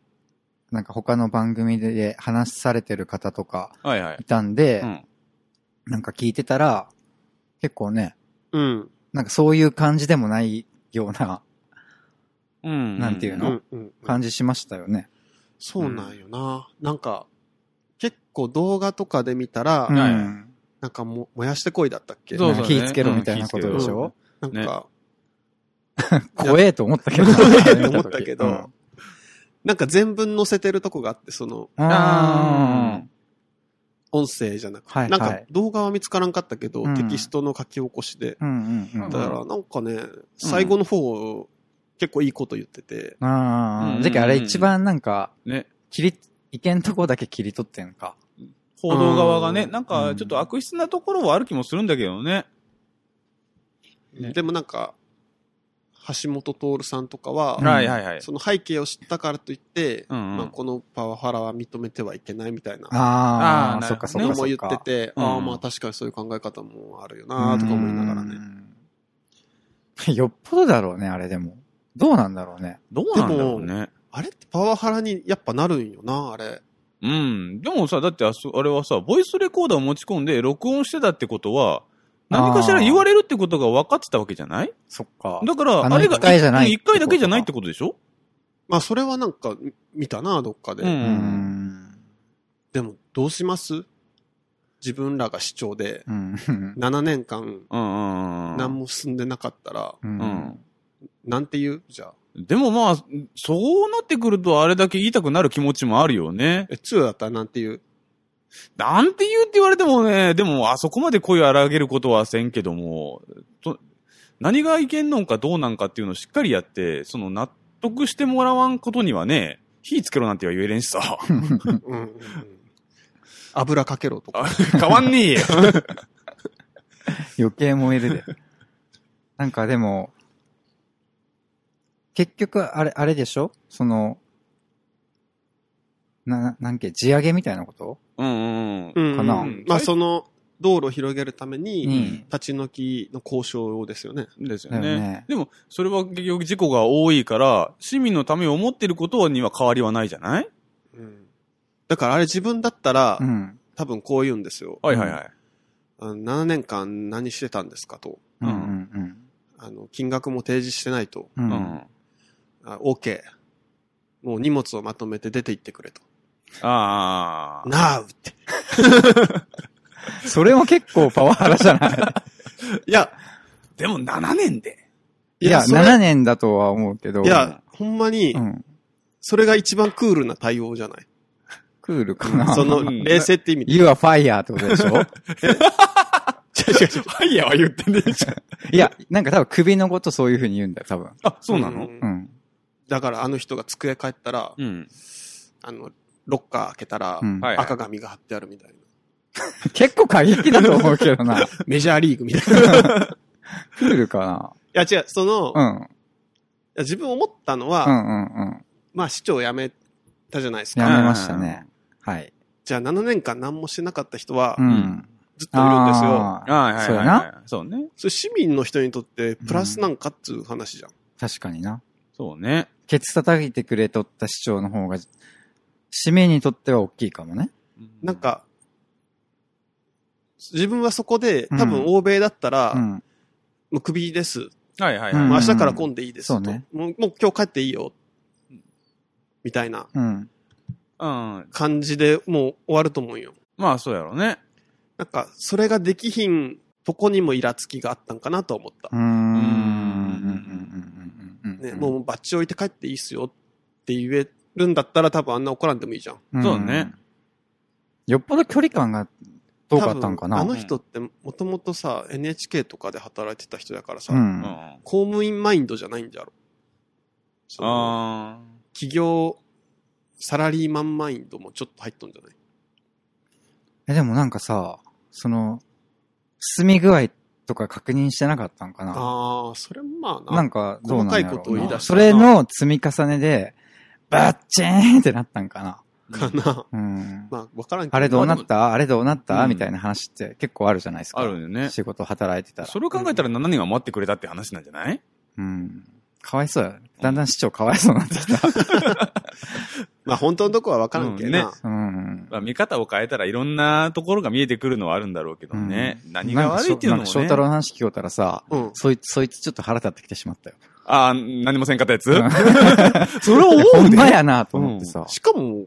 Speaker 2: なんか他の番組で話されてる方とか
Speaker 5: はいはい
Speaker 2: い。たんで、
Speaker 5: うん。
Speaker 2: なんか聞いてたら、結構ね、
Speaker 3: うん。
Speaker 2: なんかそういう感じでもないような
Speaker 5: うん。
Speaker 2: なんていう
Speaker 3: う
Speaker 2: の
Speaker 3: ん。うん。
Speaker 2: 感じしましたよね。
Speaker 3: そうなんよな。なんか、結構動画とかで見たら、
Speaker 2: うん。
Speaker 5: はい
Speaker 3: なんかも、燃やしてこいだったっけ
Speaker 5: そう
Speaker 2: な
Speaker 5: そ
Speaker 2: ん
Speaker 5: う
Speaker 2: か気ぃつけろみたいなことでしょ、
Speaker 3: なんか、うん
Speaker 2: 怖えと思ったけど。
Speaker 3: えと思ったけど
Speaker 2: うん
Speaker 3: なんか全文載せてるとこがあって、その、
Speaker 2: あ
Speaker 5: あ
Speaker 2: ー
Speaker 3: 音声じゃなくて、
Speaker 2: はいはい
Speaker 3: なんか動画は見つからんかったけど、
Speaker 2: うん
Speaker 3: テキストの書き起こしで。
Speaker 2: うんうんうん。
Speaker 3: だから、なんかね、最後の方、結構いいこと言ってて、
Speaker 2: あ
Speaker 5: う
Speaker 2: あ、
Speaker 5: ん
Speaker 2: じゃああれ一番なんか、
Speaker 5: あ。ね。
Speaker 2: 切り、いけんとこだけ切り取ってんのか。
Speaker 5: 報道側がね、
Speaker 3: うん
Speaker 5: なんかちょっと悪質なところはある気もするんだけどね。ね
Speaker 3: でもなんか、橋本徹さんとかは、
Speaker 2: うん
Speaker 5: はいはいはい。
Speaker 3: その背景を知ったからといって、
Speaker 5: うんうん
Speaker 3: まあ、このパワハラは認めてはいけないみたいな
Speaker 2: あ
Speaker 5: あー
Speaker 2: あ、
Speaker 5: な
Speaker 2: そ
Speaker 5: る
Speaker 2: っか
Speaker 5: ほ
Speaker 2: そ
Speaker 5: ど
Speaker 2: っか
Speaker 5: ね
Speaker 3: の
Speaker 2: そ
Speaker 3: も
Speaker 2: っ
Speaker 3: 言っ
Speaker 2: か。
Speaker 3: てて、
Speaker 5: うん
Speaker 3: ああまあ確かにそういう考え方もあるよなとか思いながらね。
Speaker 2: うん。よっぽどだろうね、あれでも。どうなんだろうね。
Speaker 5: どうなんだろうね。
Speaker 3: あれってパワハラにやっぱなるんよな、あれ。
Speaker 5: うん。でもさ、だってあそあれはさ、ボイスレコーダーを持ち込んで録音してたってことは、何かしら言われるってことが分かってたわけじゃない
Speaker 2: そっか。
Speaker 5: だから、
Speaker 2: あの
Speaker 5: あれが
Speaker 2: 一回じゃない
Speaker 5: うん一回だけじゃないってことでしょ
Speaker 3: まあそれはなんかみ見たな、どっかで。
Speaker 5: うん
Speaker 2: うん。
Speaker 3: でもどうします自分らが市長で
Speaker 2: うん。
Speaker 3: 7年間
Speaker 5: うんうんうん。
Speaker 3: 何も進んでなかったら、
Speaker 2: う。
Speaker 5: うんん。
Speaker 3: なんて言うじゃあ。
Speaker 5: でもまあ、そうなってくるとあれだけ言いたくなる気持ちもあるよね。
Speaker 3: え、通だったらなんて言う
Speaker 5: なんて言うって言われてもね、でもあそこまで声を荒げることはせんけども、と何がいけんのんかどうなんかっていうのをしっかりやって、その納得してもらわんことにはね、火つけろなんては言えれんしさ。
Speaker 3: うんうんうん。油かけろとか。
Speaker 5: あ変わんねえよ。
Speaker 2: 余計燃えるで。 なんかでも、結局、あれ、あれでしょその、な、なんけ、地上げみたいなこと
Speaker 5: うんうんうん。
Speaker 3: うん
Speaker 2: かな
Speaker 3: まあその道路を広げるために、
Speaker 2: うん
Speaker 3: 立ち退きの交渉ですよね。
Speaker 5: ですよね。
Speaker 2: だよね
Speaker 5: でも、それは結局事故が多いから、市民のためを思ってることには変わりはないじゃない
Speaker 3: うんだからあれ自分だったら、
Speaker 2: うん。
Speaker 3: 多分こう言うんですよ。
Speaker 5: はいはいはい。
Speaker 3: あの7年間何してたんですかと。
Speaker 2: うんうん
Speaker 3: あの、金額も提示してないと。
Speaker 2: う。
Speaker 5: うん
Speaker 2: うん。
Speaker 5: ん。
Speaker 3: あ OK。もう荷物をまとめて出て行ってくれと。
Speaker 5: ああ。
Speaker 3: なあって。
Speaker 2: それも結構パワハラじゃない
Speaker 3: いや、
Speaker 5: でも7年で。
Speaker 2: いや、
Speaker 3: それ
Speaker 2: 7年だとは思うけど。
Speaker 3: いや、ほんまに
Speaker 2: う、ん。
Speaker 3: それが一番クールな対応じゃない。
Speaker 2: クールか な。
Speaker 3: その、
Speaker 5: うん
Speaker 3: 冷静って意味で。
Speaker 2: You are fire ってことでし ょ
Speaker 5: ファイヤーは言っ てねえじゃん。
Speaker 2: いや、なんか多分首のことそういう風に言うんだよ、多分。
Speaker 5: あ、そうなの
Speaker 3: ん
Speaker 2: うん。
Speaker 3: だからあの人が机帰ったら、
Speaker 5: うん。
Speaker 3: あの、ロッカー開けたら
Speaker 2: う、ん
Speaker 5: はいはい
Speaker 3: 赤紙が貼ってあるみたいな。
Speaker 2: 結構過激だと思うけど な。
Speaker 3: メジャーリーグみ たいな。い
Speaker 2: クールか
Speaker 3: や違う、その、い
Speaker 2: な。うん。
Speaker 3: や自分思ったの
Speaker 2: う
Speaker 3: は、
Speaker 2: んうんうん。
Speaker 3: まあ市長辞めたじゃないです
Speaker 2: や
Speaker 3: か。
Speaker 2: めましたね。はい。
Speaker 3: じゃあ7年間何もしてなかった人は
Speaker 2: う、ん。
Speaker 3: ずっといるんですよ。
Speaker 2: あー
Speaker 5: はいはいはい、はい。
Speaker 2: そうやな。
Speaker 5: そうね。
Speaker 3: それ市民の人にとってプラスなんかっつう話じゃん。
Speaker 2: 確かにな。
Speaker 5: そうね。
Speaker 2: ケツ叩いてくれとった市長の方が、市民にとっては大きいかもね。
Speaker 3: なん、か、自分はそこで、多
Speaker 2: う
Speaker 3: 分
Speaker 2: ん
Speaker 3: 欧米だったら、
Speaker 2: うん。
Speaker 3: もうクビです。
Speaker 5: はいはい
Speaker 2: うん
Speaker 3: もう
Speaker 5: は
Speaker 3: 明
Speaker 5: い。
Speaker 3: 日から混んでいいですと、
Speaker 2: そうね
Speaker 3: もう。もう今日帰っていいよ。みたいな
Speaker 2: うん。
Speaker 5: うん。
Speaker 3: 感じでもう終わると思うよ。
Speaker 5: まあそうやろうね。
Speaker 3: なんか、それができひんとこにもイラつきがあったんかなと思った
Speaker 2: う。ーん。うんうんうんうんうん
Speaker 3: ね、もうバッチ置いて帰っていいっすよって言えるんだったら多分あんな怒らんでもいいじゃん。
Speaker 2: うん
Speaker 5: そうね。
Speaker 2: よっぽど距離感が遠かったんかな。
Speaker 3: 多分あの人ってもともとさ、NHK とかで働いてた人だからさ、
Speaker 2: うん
Speaker 5: うん。。あ
Speaker 3: 公務員マインドじゃないんだろ。そ
Speaker 5: あ
Speaker 3: の企業、サラリーマンマインドもちょっと入っとんじゃない
Speaker 2: え、でもなんかさ、その、進み具合とか確認してなかったんかな。
Speaker 3: ああー、それもまあな。
Speaker 2: なんか、どうなんやろうな
Speaker 3: 細かいことを言い出したな
Speaker 2: それの積み重ねで、バッチーンってなったんかな。
Speaker 5: ー。
Speaker 3: かな。
Speaker 2: うん。
Speaker 3: まあ、わからんけど。
Speaker 2: あれどうなっ
Speaker 3: まあ
Speaker 2: たあれどうなった、
Speaker 5: うん
Speaker 2: みたいな話って結構あるじゃないですか。
Speaker 5: あるよね。
Speaker 2: 仕事働いてたら。
Speaker 5: それを考えたら7年は待ってくれたって話なんじゃない
Speaker 2: うん。かわいそうや。だんだん市長かわいそうになってきた。
Speaker 3: でもまあ、本当のとこはわからんけどな。
Speaker 5: うんね
Speaker 2: うん。
Speaker 5: まあ見方を変えたらいろんなところが見えてくるのはあるんだろうけどね。何が悪いっていうのも
Speaker 2: なんか翔
Speaker 5: ね。
Speaker 2: 太郎の話聞こえたらさ、
Speaker 3: うん。
Speaker 2: そいつ、そいつちょっと腹立ってきてしまったよ。
Speaker 5: ああ、何もせんかったやつ
Speaker 2: うん
Speaker 5: そ れは思
Speaker 2: ほ
Speaker 5: うんで。
Speaker 2: まやなと思ってさ、
Speaker 3: しかも、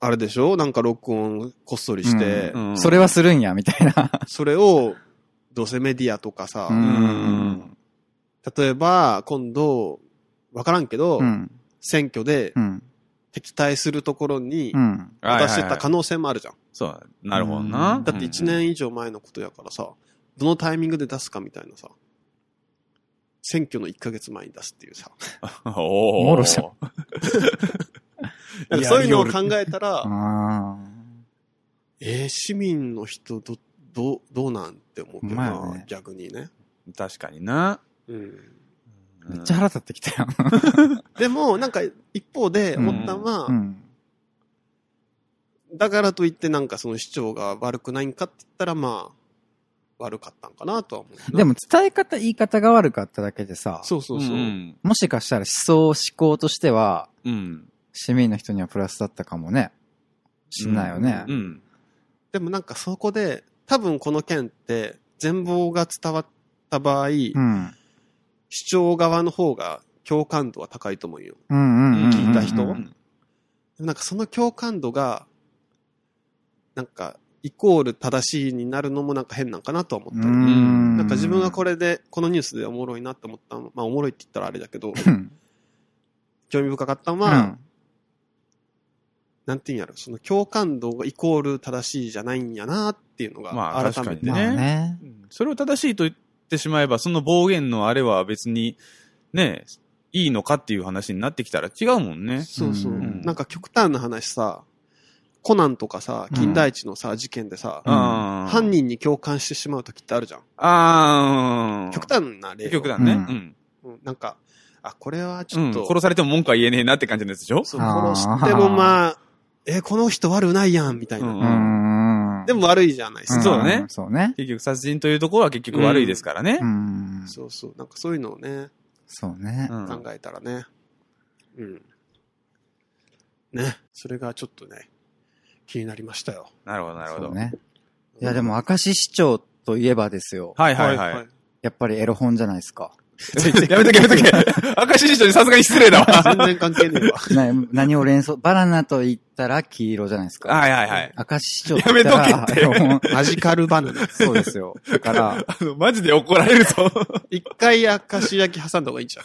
Speaker 3: あれでしょなんか録音こっそりして、
Speaker 5: うん
Speaker 2: それはするんや、みたいな。
Speaker 3: それを、どうせメディアとかさ、
Speaker 5: ん
Speaker 3: 例えば、今度、わからんけど、
Speaker 2: うん。
Speaker 3: 選挙で
Speaker 2: うん。
Speaker 3: 敵対するところに
Speaker 2: うん。
Speaker 5: はいはいはい
Speaker 3: 渡してた可能性もあるじゃん。
Speaker 5: そう。なるほどな
Speaker 2: う。ん
Speaker 3: だって1年以上前のことやからさ、どのタイミングで出すかみたいなさ、選挙の1ヶ月前に出すっていうさ、
Speaker 5: おお。
Speaker 2: もろじゃん
Speaker 3: なんかそういうのを考え たら、
Speaker 2: あ
Speaker 3: えー、市民の人ど、どう、どうなんって思う
Speaker 2: ほ
Speaker 3: けど
Speaker 2: んま
Speaker 3: な、
Speaker 2: やね
Speaker 3: 逆にね。
Speaker 5: 確かにな。
Speaker 3: うん。
Speaker 2: ーめっちゃ腹立ってきたよ。
Speaker 3: でも、なんか、一方で思ったのは、
Speaker 2: うん。
Speaker 3: だからといってなんかその市長が悪くないんかって言ったら、まあ、悪かったんかなとは思うな。
Speaker 2: でも伝え方、言い方が悪かっただけでさ、
Speaker 3: そうそうそう。
Speaker 5: ん。
Speaker 2: もしかしたら思想、思考としては、
Speaker 5: うん。
Speaker 2: 市民の人にはプラスだったかもね。しんないよね。
Speaker 5: うん。
Speaker 3: でもなんかそこで、多分この件って、全貌が伝わった場合、
Speaker 2: うん。
Speaker 3: 市長側の方が共感度は高いと思うよ。
Speaker 2: うんうんうんうんうん。
Speaker 5: 聞
Speaker 3: いた人
Speaker 2: うん
Speaker 3: なんかその共感度が、なんか、イコール正しいになるのもなんか変なんかなとは思った。なんか自分がこれで、このニュースでおもろいなって思ったのまあおもろいって言ったらあれだ けど、
Speaker 2: うん、
Speaker 3: 興味深かったの
Speaker 2: ま
Speaker 3: は、なんていうんやろ、その共感度がイコール正しいじゃないんやなっていうの
Speaker 5: まあ
Speaker 3: が改め
Speaker 5: 確か
Speaker 3: て。
Speaker 5: に
Speaker 2: まあね。
Speaker 5: それを正しいと言ってしまえば、その暴言のあれは別に、ね、いいのかっていう話になってきたら違うもんね。
Speaker 3: そうそう、
Speaker 2: うん
Speaker 3: なんか極端な話さ、コナンとかさ、
Speaker 2: うん
Speaker 3: 金田一のさ、事件でさ、
Speaker 2: うん
Speaker 3: 犯。人に共感してしまう時ってあるじゃん。
Speaker 5: ああ。
Speaker 3: 極端な例よ。
Speaker 5: 極端ね。
Speaker 2: うん
Speaker 5: うん
Speaker 3: うんなんか、あ、これはち
Speaker 5: う
Speaker 3: ょっ
Speaker 5: ん。
Speaker 3: と、
Speaker 5: 殺されても文句は言えねえなって感じのやつでしょ
Speaker 3: そう
Speaker 2: あー
Speaker 3: 殺してもまあ、え、この人悪ないやん、みたいな。
Speaker 5: うん
Speaker 2: うん。
Speaker 3: でも悪いじゃないです
Speaker 2: ん
Speaker 3: か。
Speaker 5: そうだね
Speaker 2: そうね。
Speaker 5: 結局殺人というところは結局悪いですからね
Speaker 2: う。ん。
Speaker 3: そうそう。なんかそういうのをね、
Speaker 2: そうね。
Speaker 5: うん
Speaker 3: 考えたらね。うん。ね。それがちょっとね、気になりましたよ。
Speaker 5: なるほど、なるほ
Speaker 2: そ
Speaker 5: ど
Speaker 2: う。ね。いや、でも、明石市長といえばですよ。
Speaker 5: はい
Speaker 3: うん、
Speaker 5: はいはい。
Speaker 2: やっぱりエロ本じゃないですか。
Speaker 5: やめとけやめとけ。明石市長にさすがに失礼だわ。
Speaker 3: 全 然関係ねえ わ。
Speaker 2: な 何を連想、バナナと言ったら黄色じゃないですか。
Speaker 5: はいはいはい。
Speaker 2: 明石市長と言ったら
Speaker 5: やめとけって
Speaker 2: エロ本。
Speaker 3: マジカルバナナ。
Speaker 2: そうですよ。だから、
Speaker 5: あの、マジで怒られるぞ。
Speaker 3: 一回明石焼き挟んだ方がいいんじゃん。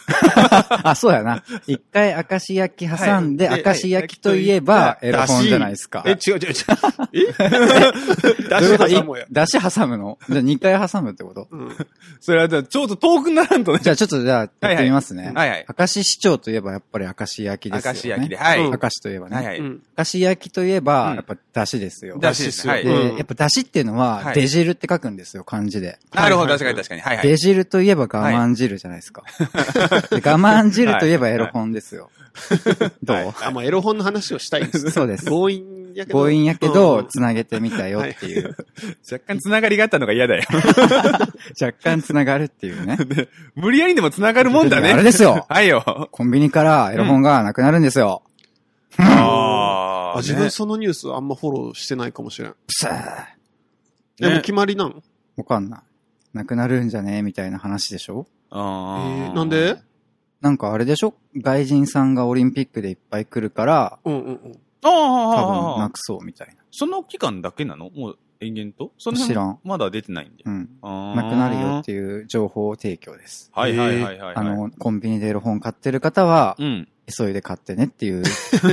Speaker 2: あ、そうやな。一回明石焼き挟んで、
Speaker 3: はい
Speaker 2: 明石焼きといえばエロ本じゃないですか。
Speaker 3: え、違う違う違う。え
Speaker 2: どういうこと
Speaker 3: 出し挟も うや。
Speaker 2: 出汁挟むのじゃあ2回挟むってこと
Speaker 3: うん。
Speaker 5: それはじゃあ、ちょっと遠くならんとね。
Speaker 2: じゃあちょっとじゃあやってみますね。
Speaker 5: はいはい。
Speaker 2: 明石市長といえばやっぱり明石焼きですよね。
Speaker 5: 明石焼きで。。はい。
Speaker 3: う
Speaker 5: は
Speaker 3: ん
Speaker 2: 明石といえばね。
Speaker 5: いはい。
Speaker 3: うん
Speaker 2: 明石焼きといえば
Speaker 5: うん、
Speaker 2: やっぱ出汁ですよ。
Speaker 5: だしですね。は
Speaker 2: で、
Speaker 5: い。
Speaker 3: うん
Speaker 2: やっぱ出汁っていうのは
Speaker 5: は、い
Speaker 2: 出汁って書くんですよ、漢字で。
Speaker 5: なるほど、
Speaker 3: はい
Speaker 5: 確かに確かに。はいはい。
Speaker 2: 出汁といえば我慢汁じゃないですか。で我慢汁といえばエロ本ですよ。どう
Speaker 3: あ、まあ、エロ本の話をしたいん です。
Speaker 2: そうです
Speaker 3: 強引やけど。
Speaker 2: 強引やけ
Speaker 3: う
Speaker 2: ど、
Speaker 3: ん
Speaker 2: 繋げてみたよっていう。
Speaker 5: 若干繋がりがあったのが嫌だよ。
Speaker 2: 若干繋がるっていうね。
Speaker 5: 無理やりでも繋がるもんだね。
Speaker 2: あれですよ
Speaker 5: はいよ。
Speaker 2: コンビニからエロ本がなくなるんですよ。
Speaker 5: あ
Speaker 3: あ
Speaker 5: ー
Speaker 3: 自
Speaker 5: ね
Speaker 3: 分そのニュースあんまフォローしてないかもしれん。
Speaker 2: プスー
Speaker 3: でも
Speaker 5: ね
Speaker 3: 決まりなの
Speaker 2: わかんない。なくなるんじゃねみたいな話でしょ
Speaker 3: え
Speaker 5: あ
Speaker 3: ー
Speaker 5: ー
Speaker 3: なんで
Speaker 2: なんかあれでしょ外人さんがオリンピックでいっぱい来るから、
Speaker 3: うんうんうん。
Speaker 5: あ
Speaker 2: 多分
Speaker 5: あ
Speaker 2: な、くそうみたい
Speaker 5: その期間だけなのもう、延々とその
Speaker 2: な。知
Speaker 5: 辺
Speaker 2: らん。
Speaker 5: まだ出てないんで
Speaker 2: う。ん。
Speaker 5: な
Speaker 2: なくなるよって
Speaker 5: いう。
Speaker 2: いう情報提供です。
Speaker 5: はいはいはいはいはい。
Speaker 2: あの、コンビニでエロ本買ってる方は、
Speaker 5: うん。
Speaker 2: 急いで買ってねって いう、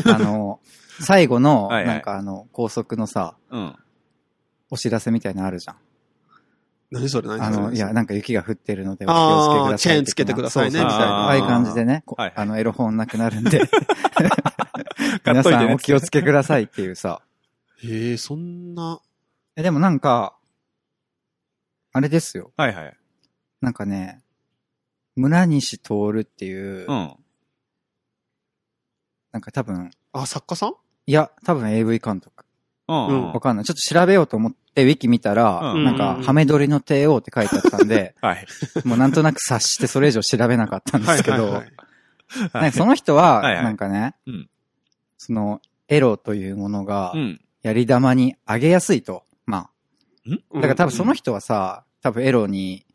Speaker 2: あの、最後の、
Speaker 5: はいはい
Speaker 2: なんかあの、高速のさ、
Speaker 5: うん。
Speaker 2: お知らせみたいなのあるじゃん。
Speaker 3: 何それ何
Speaker 2: あ
Speaker 3: それ
Speaker 2: の、いや、なんか雪が降ってるのでお気を
Speaker 3: あー
Speaker 2: つけください的な。
Speaker 3: チェーンつけてくださいね
Speaker 2: そうそうそう
Speaker 5: みたいな
Speaker 2: ああいう感じでね、こ
Speaker 5: はい
Speaker 2: あの、エロ本なくなるん で、
Speaker 5: 買
Speaker 2: 皆
Speaker 5: っとい
Speaker 2: さ
Speaker 5: て
Speaker 2: ん
Speaker 5: ね
Speaker 2: お。気をつけくださいっていうさ。
Speaker 3: へえ、そんな。
Speaker 2: え、でもなんか、あれですよ。
Speaker 5: はいはい。
Speaker 2: なんかね、村西徹っていう、
Speaker 5: うん。
Speaker 2: なんか多分、
Speaker 3: あ、作家さん
Speaker 2: いや、多分 AV 監督。
Speaker 5: うん
Speaker 2: わ。かんない。ちょっと調べようと思って、ウィキ見たら、
Speaker 5: うん
Speaker 2: なんか、ハメ撮りの帝王って書いてあったん で、
Speaker 5: はい。
Speaker 2: もうなんとなく察してそれ以上調べなかったんですけ
Speaker 3: はいはい
Speaker 2: ど
Speaker 3: は、い
Speaker 2: なんかその人は、なんかね
Speaker 5: うん、
Speaker 2: その、エロというものが
Speaker 5: う、ん。
Speaker 2: やり玉にあげやすいと。まあ、だから多分その
Speaker 3: 人、
Speaker 2: 人はさ、多分エロに、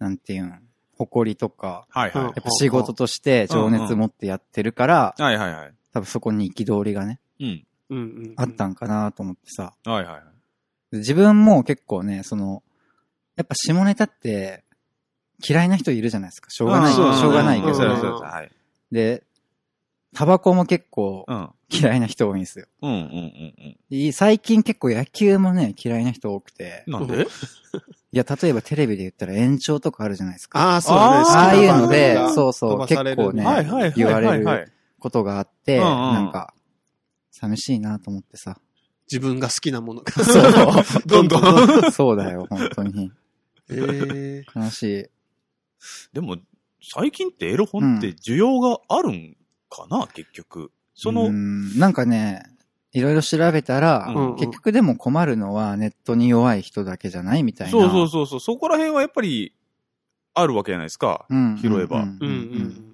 Speaker 2: なんていうん、誇りとか、
Speaker 5: はいは
Speaker 2: やっぱ仕事として情熱持ってやってるから、
Speaker 5: い。はいはいは
Speaker 2: 多分そこに憤りがね、
Speaker 5: い。うん。
Speaker 3: うんうんうん
Speaker 2: あったんかなと思ってさ、
Speaker 5: はいはいはい。
Speaker 2: 自分も結構ね、その、やっぱ下ネタって嫌いな人いるじゃないですか。しょうがない、し
Speaker 3: うん
Speaker 2: ょうがないけ
Speaker 3: うん
Speaker 5: そううんそう
Speaker 2: ど。
Speaker 5: そうはい。
Speaker 2: で、タバコも結構
Speaker 5: うん。
Speaker 2: 嫌いな人多いんですよ。
Speaker 5: うんうんうん
Speaker 2: い最近結構野球もね、嫌いな人多くて
Speaker 5: うん。。なんで
Speaker 2: いや、例えばテレビで言ったら延長とかあるじゃないですか。
Speaker 3: ああ、そうだね。
Speaker 2: ああいうので
Speaker 3: 好きな番組が、
Speaker 2: そうそ
Speaker 3: 飛
Speaker 2: う、
Speaker 3: ばさ
Speaker 2: 結
Speaker 3: れる
Speaker 2: 構ね、
Speaker 5: はいはいはいはいはい
Speaker 2: 言われることがあって、
Speaker 5: うんうん
Speaker 2: なんか、寂しいなと思ってさ。
Speaker 3: 自分が好きなものが。
Speaker 2: そう。
Speaker 3: どんどん。
Speaker 2: そうだよ、本当に。
Speaker 3: えー、
Speaker 2: 悲しい。
Speaker 5: でも、最近ってエロ本って需要があるんかな、結局。そうの、
Speaker 2: んなんかね、いろいろ調べたら、
Speaker 3: うんうん
Speaker 2: 結局でも困るのはネットに弱い人だけじゃないみたいな。
Speaker 5: そうそうそうそう、そこら辺はやっぱり、あるわけじゃないですか。
Speaker 2: うん。
Speaker 5: 拾えば
Speaker 2: うん
Speaker 3: う
Speaker 2: う
Speaker 3: んう
Speaker 2: ん
Speaker 3: ん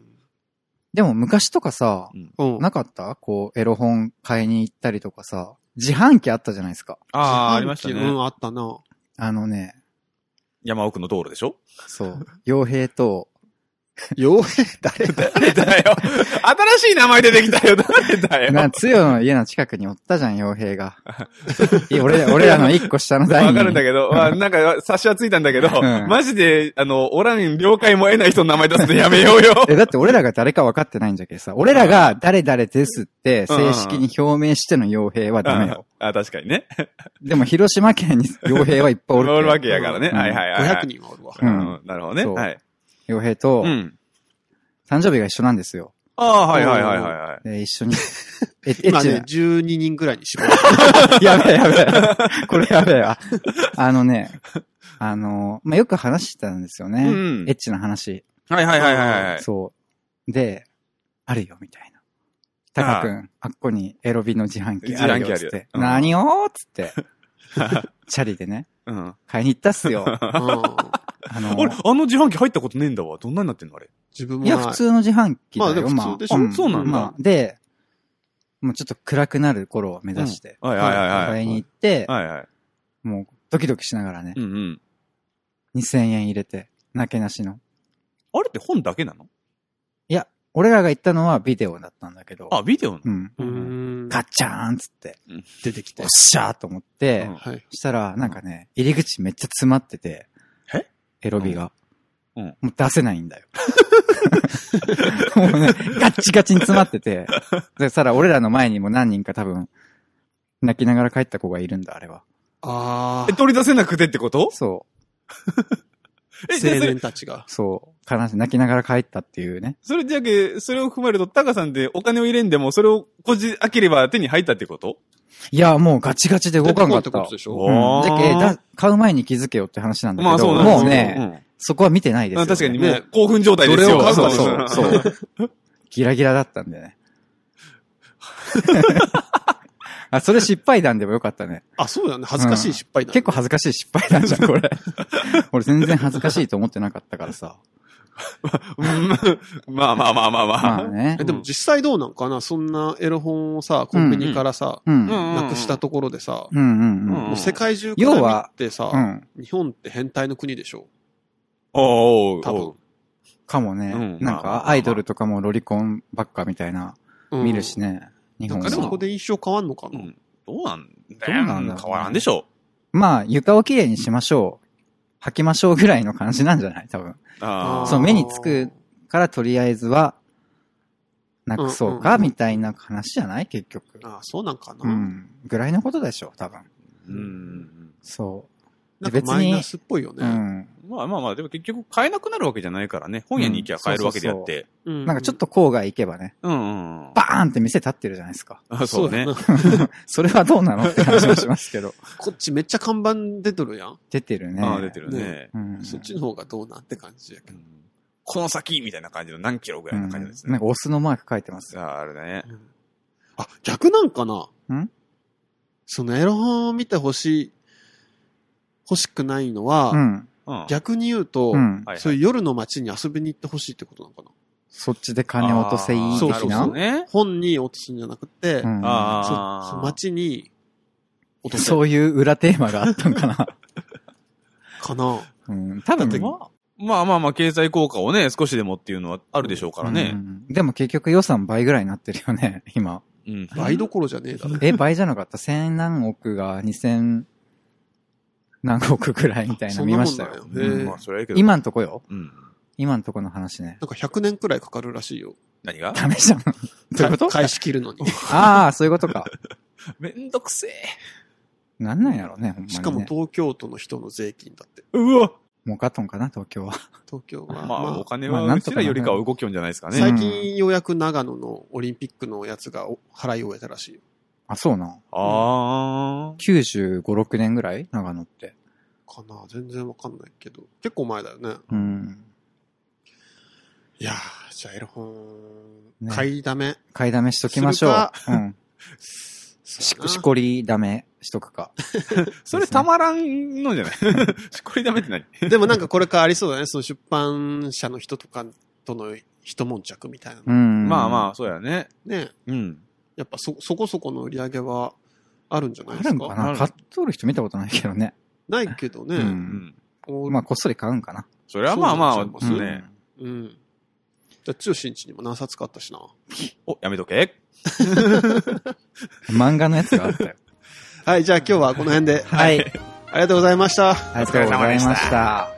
Speaker 2: でも昔とかさ、
Speaker 3: うん。
Speaker 2: なかったこう、エロ本買いに行ったりとかさ、自販機あったじゃないですか。
Speaker 5: ああ、ありました
Speaker 3: う
Speaker 5: ね。
Speaker 3: ん、あったな。
Speaker 2: あのね、
Speaker 5: 山奥の道路でしょ
Speaker 2: そう、傭兵と、
Speaker 3: 傭兵
Speaker 5: 誰
Speaker 3: 誰
Speaker 5: だよ。新しい名前出てきたよ。誰だよ。
Speaker 2: な、つよの家の近くにおったじゃん、傭兵 が。いや俺、俺らの一個下の台に。
Speaker 5: わかるんだけど、まあ、なんか、察しはついたんだけど、
Speaker 2: ん
Speaker 5: マジで、あの、オラに了解も得ない人の名前出すのやめようよ。
Speaker 2: え、だって俺らが誰か分かってないんじゃけさ、俺らが誰々ですって正式に表明しての傭兵はダメよ。
Speaker 5: ああ、確かにね。
Speaker 2: でも広島県 に傭兵はいっぱいお
Speaker 5: お
Speaker 2: るけ
Speaker 5: るわけやからね。
Speaker 2: うん
Speaker 5: はいはいはいはい。
Speaker 3: ?500 人はおるわ。
Speaker 5: う
Speaker 2: うん
Speaker 5: ん。なるほどね。
Speaker 2: そう
Speaker 5: はい。
Speaker 2: 傭兵と、
Speaker 5: うん。
Speaker 2: 誕生日が一緒なんですよ。
Speaker 5: ああ、はいはいはいはいはい。
Speaker 2: で、一緒 に。え、エッ
Speaker 3: 今
Speaker 2: チ
Speaker 3: ね
Speaker 2: な、。
Speaker 3: 12人ぐらいに絞る。
Speaker 2: やべえやべえ。これやべえわ。あのね、あの、まあ、よく話してたんですよね。
Speaker 5: うん
Speaker 2: エッチな話。
Speaker 5: はいはいはいはいはい。
Speaker 2: そう。で、あるよ、みたいな。タカ君、あっこにエロビの自販機あるよ、
Speaker 5: 自販機あ
Speaker 2: つ
Speaker 5: る
Speaker 2: っ
Speaker 5: よ
Speaker 2: て。
Speaker 5: うん
Speaker 2: 何をつっ て。チャリでね、
Speaker 5: うん。
Speaker 2: 買いに行ったっす よ。
Speaker 3: うん
Speaker 2: あの、
Speaker 5: 俺、あの自販機入ったことねえんだわ。どんなになってんのあれ。
Speaker 3: 自分も
Speaker 2: いや、普通の自販機だよ、
Speaker 3: まあでも普通でしょ
Speaker 2: ん
Speaker 5: そうなんだ
Speaker 2: まあ、で、もうちょっと暗くなる頃を目指して、
Speaker 5: はいはいはいは
Speaker 2: 買い
Speaker 5: い。
Speaker 2: に行って、
Speaker 5: はいはい。
Speaker 2: もうドキドキしながらね、
Speaker 5: うんうん。
Speaker 2: 2000円入れて、なけなしの。
Speaker 5: あれって本だけなの
Speaker 2: いや、俺らが行ったのはビデオだったんだけど、
Speaker 5: あ、ビデオの
Speaker 2: うん。
Speaker 3: うん。
Speaker 2: ガッチャーンっつって、
Speaker 3: 出てき
Speaker 2: お
Speaker 3: て
Speaker 2: っ。しゃーと思って、
Speaker 5: うん
Speaker 3: はい。
Speaker 2: したら、なんかね、入り口めっちゃ詰まってて、
Speaker 5: え
Speaker 2: エロビが。
Speaker 5: うん
Speaker 2: もう出せないんだよ。もうね、ガッチガチに詰まってて、で、さら俺らの前にも何人か多分、泣きながら帰った子がいるんだ、あれは。
Speaker 3: あ
Speaker 5: え、取り出せなくてってこと
Speaker 2: そ
Speaker 5: え、
Speaker 3: あ、
Speaker 5: じゃあそれ
Speaker 3: 青年たちが。
Speaker 2: う、そう、悲しい、泣きながら帰ったっていうね。
Speaker 5: それじゃけ、それを踏まえると、タカさんでお金を入れんでも、それをこじ開ければ手に入ったってこと
Speaker 2: いや、もうガチガチで動かんかった。
Speaker 3: 出てこいってことでしょ
Speaker 2: うん、
Speaker 5: あ
Speaker 2: だ
Speaker 5: ー
Speaker 2: けだ買う前に気づけよって話なんだけど、
Speaker 5: まあそうなんです
Speaker 2: もう
Speaker 5: よ
Speaker 2: ね、そこは見てないで
Speaker 5: う
Speaker 2: すよ、ね。
Speaker 5: んあ確かにも
Speaker 3: ね
Speaker 5: う興奮状態
Speaker 2: ど
Speaker 5: で
Speaker 2: れ
Speaker 5: す
Speaker 2: を
Speaker 5: よ。
Speaker 2: 買うかそ
Speaker 3: ですよ
Speaker 2: うそうそう。ギラギラだったんでね。 あ、それ失敗談でもよかったね。
Speaker 3: あ、そうだね。恥ずかしい失敗だ。
Speaker 2: 結構恥ずかしい失敗談じゃん、 これ。俺全然恥ずかしいと思ってなかったからさ。
Speaker 5: うんま あまあまあまあま
Speaker 2: ま
Speaker 5: あ
Speaker 2: あ。ね
Speaker 3: え。でも実際どうなんかなそんなエロ本をさ、コンビニからさ、
Speaker 2: うん。う
Speaker 5: うんん
Speaker 3: なくしたところでさ、
Speaker 2: うんうん。
Speaker 5: うん
Speaker 3: もう世界中か
Speaker 2: 要
Speaker 3: ら
Speaker 2: は
Speaker 3: 見て
Speaker 2: う
Speaker 3: さ、
Speaker 2: ん。
Speaker 3: 日本って変態の国でしょ
Speaker 5: おうおうおう
Speaker 3: 多分。
Speaker 2: かもね。
Speaker 5: うん
Speaker 2: なん
Speaker 5: まあまあま
Speaker 2: か
Speaker 5: あ
Speaker 2: アイドルとかもロリコンばっかみたいな、
Speaker 3: うん
Speaker 2: 見るし。ね。日
Speaker 3: なん
Speaker 2: 本
Speaker 3: かでもここ
Speaker 2: は。
Speaker 3: で印象変わんのか
Speaker 5: う
Speaker 3: なん
Speaker 5: どうなんだ
Speaker 2: どう
Speaker 5: よ。
Speaker 2: なんだろうね
Speaker 5: 変わらんでしょ
Speaker 2: まあ、床をきれいにしましょう。履きましょうぐらいの感じなんじゃない多分。
Speaker 5: う。あ
Speaker 3: ー
Speaker 5: あ。
Speaker 2: そう目につくからとりあえずは、なくそう
Speaker 3: うんう
Speaker 2: か、
Speaker 3: んうん
Speaker 2: みたいな話じゃない結局。
Speaker 3: あそうなんか
Speaker 2: う
Speaker 3: な。
Speaker 2: ん。ぐらいのことでしょ、多分。
Speaker 5: うん。
Speaker 2: そう。
Speaker 3: な
Speaker 2: で
Speaker 3: んか
Speaker 2: 別
Speaker 3: マイ
Speaker 2: に
Speaker 3: ナ、スっぽいよ
Speaker 2: う
Speaker 3: ね。
Speaker 2: ん。
Speaker 5: まあまあまあ、でも結局買えなくなるわけじゃないからね。本屋に行きゃ買えるわけであって。
Speaker 3: な
Speaker 2: なんかちょっ、と郊外行けばね、
Speaker 5: うんうんうん。
Speaker 2: バーンって店立ってるじゃないですか。
Speaker 5: あそうね。
Speaker 3: だな。
Speaker 2: それはどうなのって話もしますけど。
Speaker 3: こっちめっちゃ看板出とるやん。
Speaker 2: 出てるね。
Speaker 5: ああ、出てるね
Speaker 3: ね。
Speaker 2: うん。
Speaker 3: そっちの方がどうなんって感じやけ
Speaker 5: う
Speaker 3: ど。
Speaker 5: んこの先みたいな感じの何キロぐらいな感じです
Speaker 2: うんな
Speaker 5: ね
Speaker 2: ん。かオスのマーク書いてますよ。
Speaker 5: ああ、あるね。
Speaker 3: あ、逆なんかなんそのエロ本を見てほしい、欲しくないのは、
Speaker 2: うん。
Speaker 5: うん。
Speaker 3: 逆に言うと、
Speaker 2: うん。
Speaker 5: はいはい
Speaker 3: そういう夜の街に遊びに行ってほしいってことなのかな
Speaker 2: そっちで金落とせいい
Speaker 5: そう
Speaker 3: ー
Speaker 2: 的
Speaker 5: そう
Speaker 2: な
Speaker 5: そう。ね。
Speaker 3: 本に落とすんじゃなくて、
Speaker 2: う
Speaker 3: そ
Speaker 2: ん
Speaker 5: ああ。
Speaker 3: そう街に落とせ
Speaker 2: そういう裏テーマがあったんかな。
Speaker 3: かな。
Speaker 2: うん。 多分
Speaker 3: だって
Speaker 5: まあまあまあまあ、経済効果をね、少しでもっていうのはあるでしょうから
Speaker 2: うんう
Speaker 5: ね。
Speaker 2: んでも結局予算倍ぐらいになってるよね、今。
Speaker 5: うん。
Speaker 3: 倍どころじゃねえだろ。
Speaker 2: え、倍じゃなかった千何億が二千何億ぐらいみたいな
Speaker 3: そん
Speaker 2: 見
Speaker 3: なも
Speaker 2: ま
Speaker 3: ん
Speaker 2: したよ。
Speaker 3: だよ。
Speaker 5: う
Speaker 3: へえ
Speaker 5: んまあ、それはいいけど。。
Speaker 2: 今んとこよ。
Speaker 5: うん。
Speaker 2: 今んとこの話ね。
Speaker 3: なんか100年くらいかかるらしいよ。
Speaker 5: 何 が
Speaker 2: ダメじゃん。 どういうこと
Speaker 3: 返し切る のに。
Speaker 2: ああ、そういうことか。
Speaker 5: めんどくせえ。
Speaker 2: なんなんやろうね、ほんまに、ね。
Speaker 3: しかも東京都の人の税金だって。
Speaker 5: うわ。
Speaker 2: もうかっとんかな、東京は。
Speaker 3: 東京は。
Speaker 5: まあ、お金
Speaker 2: まあ
Speaker 5: は
Speaker 2: なん
Speaker 5: う
Speaker 2: と
Speaker 5: ち
Speaker 2: から
Speaker 5: よりかは動きよんじゃないですかね。
Speaker 3: 最近ようやく長野のオリンピックのやつがお払い終えたらしいよ。
Speaker 2: あ、そうな。
Speaker 5: ああ。
Speaker 2: 95、6年ぐらい長野って。
Speaker 3: かな全然わかんないけど。結構前だよね。
Speaker 2: うん。
Speaker 3: いやー、じゃあエロ本、
Speaker 2: ね
Speaker 3: 買いだめ。
Speaker 2: 買いだめしときましょう
Speaker 3: するか。
Speaker 2: うん。し
Speaker 3: し
Speaker 2: しこりだめしとくか。
Speaker 5: それたまらんのじゃない しこりダメって何
Speaker 3: でもなんかこれからありそうだね。その出版社の人とかとの一悶着みたいな。
Speaker 2: うん。
Speaker 5: まあまあ、そうやね。
Speaker 3: ね
Speaker 5: うん。
Speaker 3: やっぱそ、そこそこの売り上げはあるんじゃない
Speaker 2: あ
Speaker 3: で
Speaker 2: る
Speaker 3: す
Speaker 2: ん
Speaker 3: か
Speaker 2: か
Speaker 5: あ
Speaker 2: な
Speaker 5: る
Speaker 2: 買っとる人見たことないけどね。
Speaker 3: ないけどね。
Speaker 2: う
Speaker 5: うんん。
Speaker 3: お
Speaker 2: まあ、こっそり買うんかな。
Speaker 5: それはまあま
Speaker 3: そうなん
Speaker 5: あ、
Speaker 3: ちゃいます
Speaker 5: ね。
Speaker 3: うん。じゃあ、剛んちにも何冊買ったしな。
Speaker 5: お、やめとけ。
Speaker 2: うん漫画のやつがあったよ。
Speaker 3: はい、じゃあ今日はこの辺で。
Speaker 2: はい。
Speaker 3: ありがとうございました。
Speaker 2: ありがとうございました。